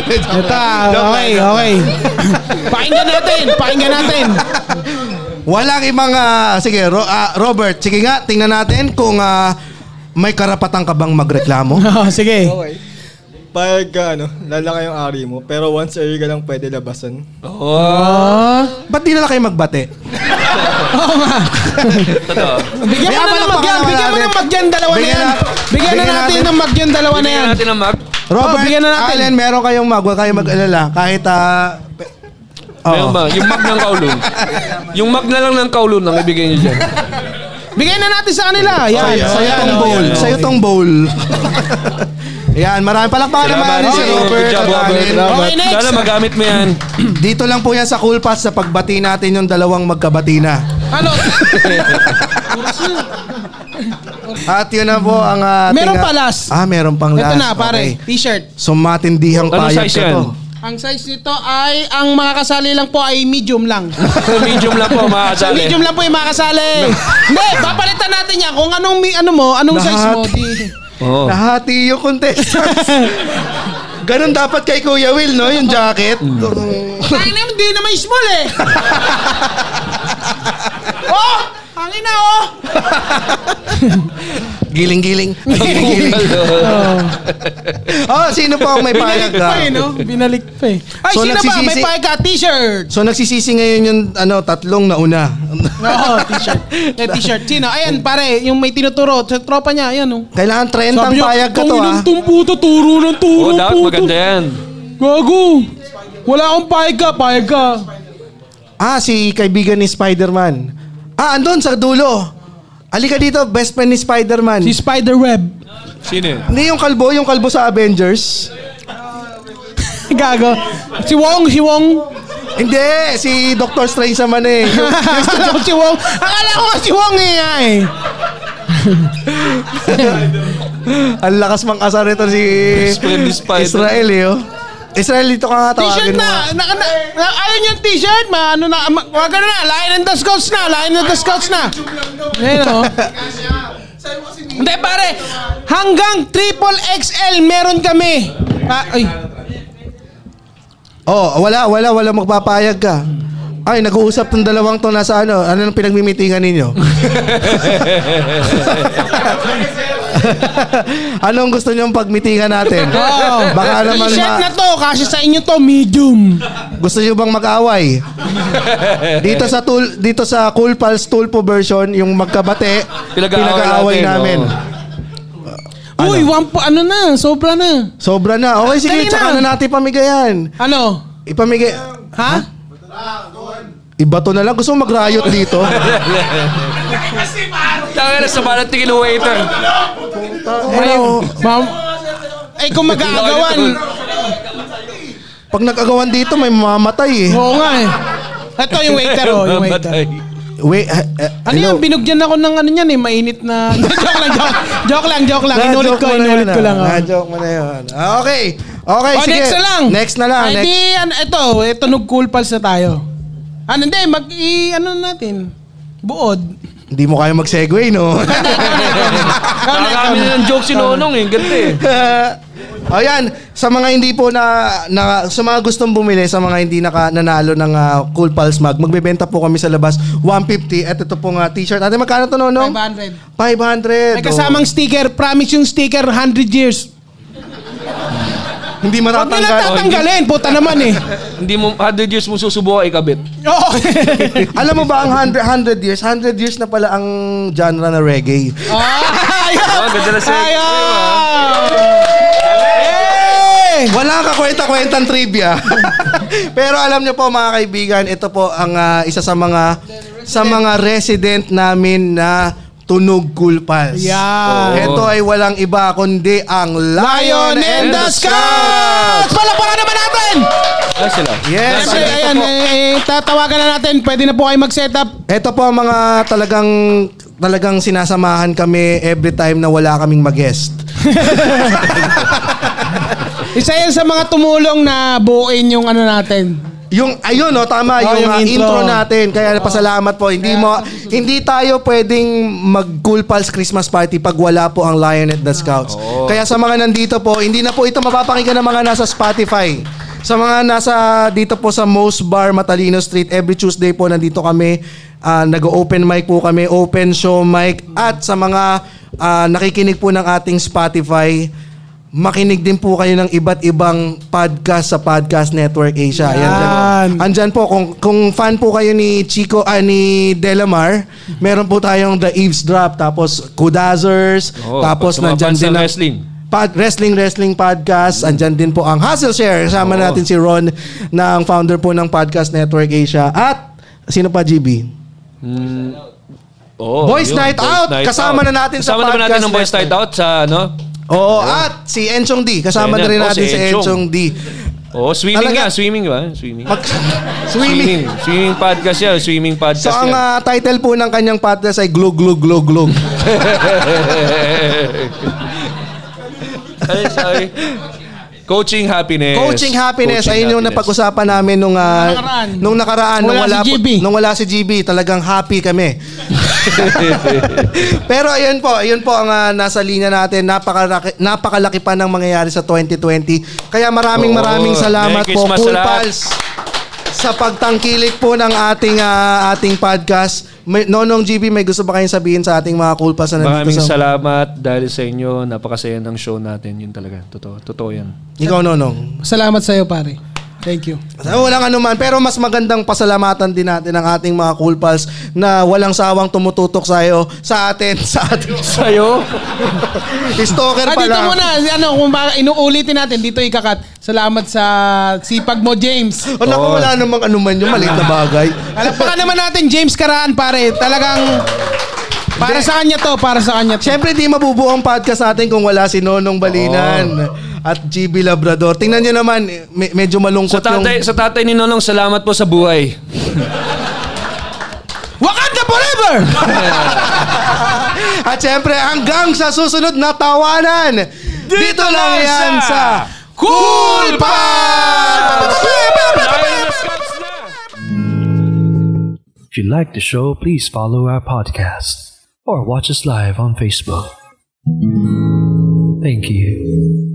S2: Ito, okay, okay. pakinggan natin, pakinggan natin.
S1: Walang ibang, ah, sige, Ro- ah, Robert, sige nga, tingnan natin kung ah, may karapatan ka bang magreklamo.
S2: sige.
S4: Payag ka, ano, lalaki yung ari mo, pero once a year ka lang pwede labasan.
S1: Oh. Ba't di na lang kayo magbate?
S2: Oo nga.
S3: Totoo.
S2: Bigyan mo na ng magyan, bigyan mo ng magyan dalawa na
S1: Bigyan
S2: yan.
S1: na-
S2: Bigyan na
S1: bigyan
S2: natin
S1: natin.
S2: ng magyan dalawa na yan.
S3: Bigyan natin ang mag.
S1: Robert,
S2: Oh, bigyan na natin.
S1: Allen, meron kayong mag, huwag kayong mag-alala. Kahit, ah, oh. pe- Oo.
S3: Meron ba? Yung mag ng kaulon. yung mag na lang ng kaulon ang ibigay niyo dyan.
S2: Bigyan na natin sa kanila. Yan.
S1: Sa'yo, sa'yo
S2: Ayan,
S1: tong
S2: oh,
S1: bowl.
S2: yan, oh.
S1: Sa'yo tong bowl. Yan, maraming palakpakan
S3: Salamat,
S1: naman si
S3: Robert.
S1: Robert.
S3: Good
S1: at
S3: job, Robert.
S1: Allen.
S3: Salamat. Okay, next. Sana magamit mo yan.
S1: Dito lang po yan sa Cool Pass sa pagbati natin yung dalawang magkabatina.
S2: Ano?
S1: At yun na po ang ating...
S2: Meron pa last.
S1: Ah, meron pang last.
S2: Ito na, pare.
S1: Okay.
S2: T-shirt.
S1: So matindihang
S3: Anong
S1: payag
S3: size
S1: ka
S3: yan?
S1: to.
S2: Ang size nito ay, ang mga kasali lang po ay medium lang.
S3: Medium lang po, mga kasali.
S2: medium lang po yung mga kasali. Hindi, papalitan natin yan. Kung anong, mi- ano mo, anong size mo. Di,
S1: Oh.
S3: Oo.
S1: Nahati yung contestants. Ganun dapat kay Kuya Will, no? Yung jacket. Mm.
S2: Ay, naman, di naman small eh. oh! Hangin na oh!
S1: Giling-giling. Giling-giling.
S3: Oh.
S1: oh, sino po ang may
S2: Binalik
S1: payag ah?
S2: pa
S1: ka?
S2: eh, no? Binalik pa eh. Ay,
S1: So,
S2: sino ba? May
S1: nagsisisi-
S2: payag ka t-shirt.
S1: So nagsisisi ngayon yung ano, tatlong nauna.
S2: Oo, t-shirt. May t-shirt. Sino? Ayan, pare, yung may tinuturo. Sa tropa niya, ayan oh.
S1: Kailangan 30 ang payag ka to, ah.
S2: puto, turo ng turo,
S3: Oh, dapat maganda yan.
S2: Gago. Wala akong payag ka, payag ka.
S1: Ah, si kaibigan ni Spider-Man. Ah, andun sa dulo. Alika dito, best friend ni Spider-Man. Si
S2: Spider-Web.
S3: Sino yun?
S1: Hindi yung kalbo, yung kalbo sa Avengers.
S2: Gago. Si Wong, si Wong.
S1: Hindi, si Doctor Strange naman eh. Yung-
S2: Akala ko si Wong. Akala ko si Wong eh. ay.
S1: Ang lakas mang kasar ito si
S3: Best friend ni Spider.
S1: Israel eh. Oh. Israel, dito ka nga
S2: T-shirt
S1: tawagin mo.
S2: na. na, na, na ayaw niyang t-shirt. Ma, ano na. Ma, wag ka na. Lain ng the scouts na. Lain ng the scouts na. Ayun o. Hindi pare. Hanggang triple XL meron kami. Pa, ay.
S1: Oh, wala, wala, wala magpapayag ka. Ay, nag-uusap tong dalawang to nasa ano, ano nang pinagmimitingan ninyo? Anong gusto niyong pagmitingan natin?
S2: Oo.
S1: Baka naman
S2: T-shirt na
S1: ma-
S2: to. Kasi sa inyo to. Medium.
S1: gusto niyo bang mag-away? Dito sa tul dito sa Cool Pals Tulpo version, yung magkabate,
S3: Pinag-aaway
S1: pinag-aaway
S3: natin, oh.
S1: namin.
S3: oo.
S2: Uy, one po, ano na, sobra na.
S1: Sobra na. Okay, sige,
S2: Dali na.
S1: tsaka na natin pamigayan.
S2: Ano?
S1: Ipamigay.
S2: Ha?
S1: Ibato na lang. Gusto mo mag-riot dito?
S3: Tanga na sa balat tingin ng waiter.
S1: Hello.
S2: Ma'am. Ay, kung mag-aagawan.
S1: Pag nag-agawan dito, may mamatay eh.
S2: Oo nga eh. Ito yung waiter oh, yung waiter.
S1: Wait, ah, ah,
S2: Ano
S1: hello.
S2: yun, binugyan ako ng ano niyan eh, mainit na... joke lang, joke, joke lang, joke lang.
S1: Na-
S2: Inulit
S1: joke
S2: ko,
S1: mo na yun,
S2: inulit ko
S1: ah.
S2: lang. oh.
S1: Na- joke mo na yun. Ah, Okay. Okay,
S2: oh,
S1: sige.
S2: next na lang.
S1: Next na lang.
S2: Ay,
S1: next.
S2: di, ano, ito, eh, tunog cool pals na tayo. Ano, hindi, mag, i, ano natin, buod.
S1: Hindi mo kaya mag-segue, no?
S3: Nakakami na ng joke si
S1: Ah.
S3: Nonong eh. Ganda eh.
S1: o yan, sa mga hindi po na, na sa mga gustong bumili, sa mga hindi naka, nanalo ng ah, Cool Pals Mag, magbebenta po kami sa labas, 150 at ito pong ah, t-shirt. Ate, magkano to, Nonong?
S2: 500.
S1: 500.
S2: May kasamang sticker, promise yung sticker, 100
S1: Oh,
S2: years.
S1: hindi
S2: Huwag
S1: matatanggal.
S2: nilang tatanggalin, puta naman eh.
S3: Hindi mo, 100 years mo susubukan ikabit.
S2: Oo.
S1: Alam mo ba ang 100, 100 years? 100 years na pala ang genre na reggae. Ah,
S3: Oh, ganda na siya.
S2: Diba?
S1: Wala ka kwenta-kwentang trivia. Pero alam niyo po mga kaibigan, ito po ang ah, isa sa mga sa mga resident namin na Tunog Cool Pals.
S2: Yan.
S1: Ito ay walang iba kundi ang Lion, and the Scout!
S2: Palakpakan naman natin!
S3: Ah, sila.
S1: Yes!
S2: Siyempre,
S1: ito
S2: ayan,
S1: po.
S2: eh, tatawagan na natin. Pwede na po kayo mag-set up.
S1: Ito po ang mga talagang talagang sinasamahan kami every time na wala kaming mag-guest.
S2: Isa yan sa mga tumulong na buuin yung ano natin.
S1: Yung ayun no, tama
S2: Oh,
S1: yung,
S2: yung
S1: ah, intro.
S2: intro
S1: natin. Kaya pasalamat po. Hindi mo hindi tayo pwedeng mag Cool Pals Christmas party pag wala po ang Lion at the Scouts. Kaya sa mga nandito po, hindi na po ito mapapakinggan ng mga nasa Spotify. Sa mga nasa dito po sa Most Bar Matalino Street, every Tuesday po nandito kami. Ah, nag-open mic po kami, open show mic at sa mga ah, nakikinig po ng ating Spotify, makinig din po kayo ng iba't ibang podcast sa Podcast Network Asia. Ayan, dyan po. Andyan po, kung, kung fan po kayo ni Chico, ah, ni Delamar, meron po tayong The Eavesdrop, tapos Kudazers,
S3: Oo,
S1: tapos
S3: Oh, sa mga
S1: nandyan
S3: fans
S1: din
S3: ng
S1: ang-
S3: wrestling.
S1: Pod, wrestling Wrestling Podcast. Andyan din po ang Hustle Share.
S3: Oh.
S1: Kasama natin si Ron ng founder po ng Podcast Network Asia. At sino pa, GB?
S3: Oo,
S1: Boys Night Out! Kasama na natin sa
S3: kasama naman natin
S1: podcast
S3: ng Boys Night Out sa ano?
S1: Oo, at si Enchong D. Kasama na
S3: Ayan,
S1: rin
S3: oh,
S1: natin
S3: si
S1: si
S3: Enchong.
S1: Enchong D.
S3: Oh, swimming
S1: Talaga-
S3: nga. Swimming ba? Swimming.
S1: Pag-
S3: swimming. Swimming podcast yan. Swimming podcast
S1: So ang
S3: yan.
S1: ah, title po ng kanyang podcast ay Glug Glug Glug Glug.
S3: Ay, sorry. Coaching happiness.
S1: Coaching happiness ay yung napag-usapan namin nung ah, nung nakaraan nung wala, si GB. nung wala si GB, talagang happy kami. Pero ayun po, ayun po ang ah, nasa linya natin. Napakalaki, napakalaki pa ng mangyayari sa 2020. Kaya maraming
S3: Oo.
S1: maraming salamat
S3: Merry
S1: po,
S3: Christmas sa
S1: Cool
S3: lahat.
S1: Pals. Sa pagtangkilik po ng ating ah, ating podcast. May, Nonong GB, may gusto ba kayong sabihin sa ating mga Cool Pals na nandito
S3: Maraming
S1: sa...
S3: salamat dahil sa inyo. Napakasaya ng show natin. Yun talaga. Totoo. Totoo yan.
S1: Ikaw, Nonong.
S2: Salamat sa'yo, pare. Thank you.
S1: Sa walang anuman, pero mas magandang pasalamatan din natin ang ating mga cool pals na walang sawang tumututok sa'yo, sa atin, sa atin.
S3: Sa'yo?
S1: Stalker
S2: Ah,
S1: pala.
S2: dito muna, ano, kung baka inuulitin natin, dito ikakat. Salamat sa sipag mo, James.
S1: O Oh, naku, wala namang anuman yung maliit na bagay.
S2: Alapakan naman natin, James Karaan, pare. Talagang, para sa kanya to, para sa kanya to.
S1: Siyempre, di mabubuo ang podcast natin kung wala si Nonong Balinan at GB Labrador. Tingnan nyo naman, me- medyo malungkot
S3: Sa
S1: yung...
S3: tatay, sa tatay ni Nonong, salamat po sa buhay.
S2: Wakanda forever!
S1: At siyempre, hanggang sa susunod na tawanan, dito, lang yan sa... Cool
S7: If you like the show, please follow our podcast or watch us live on Facebook. Thank you.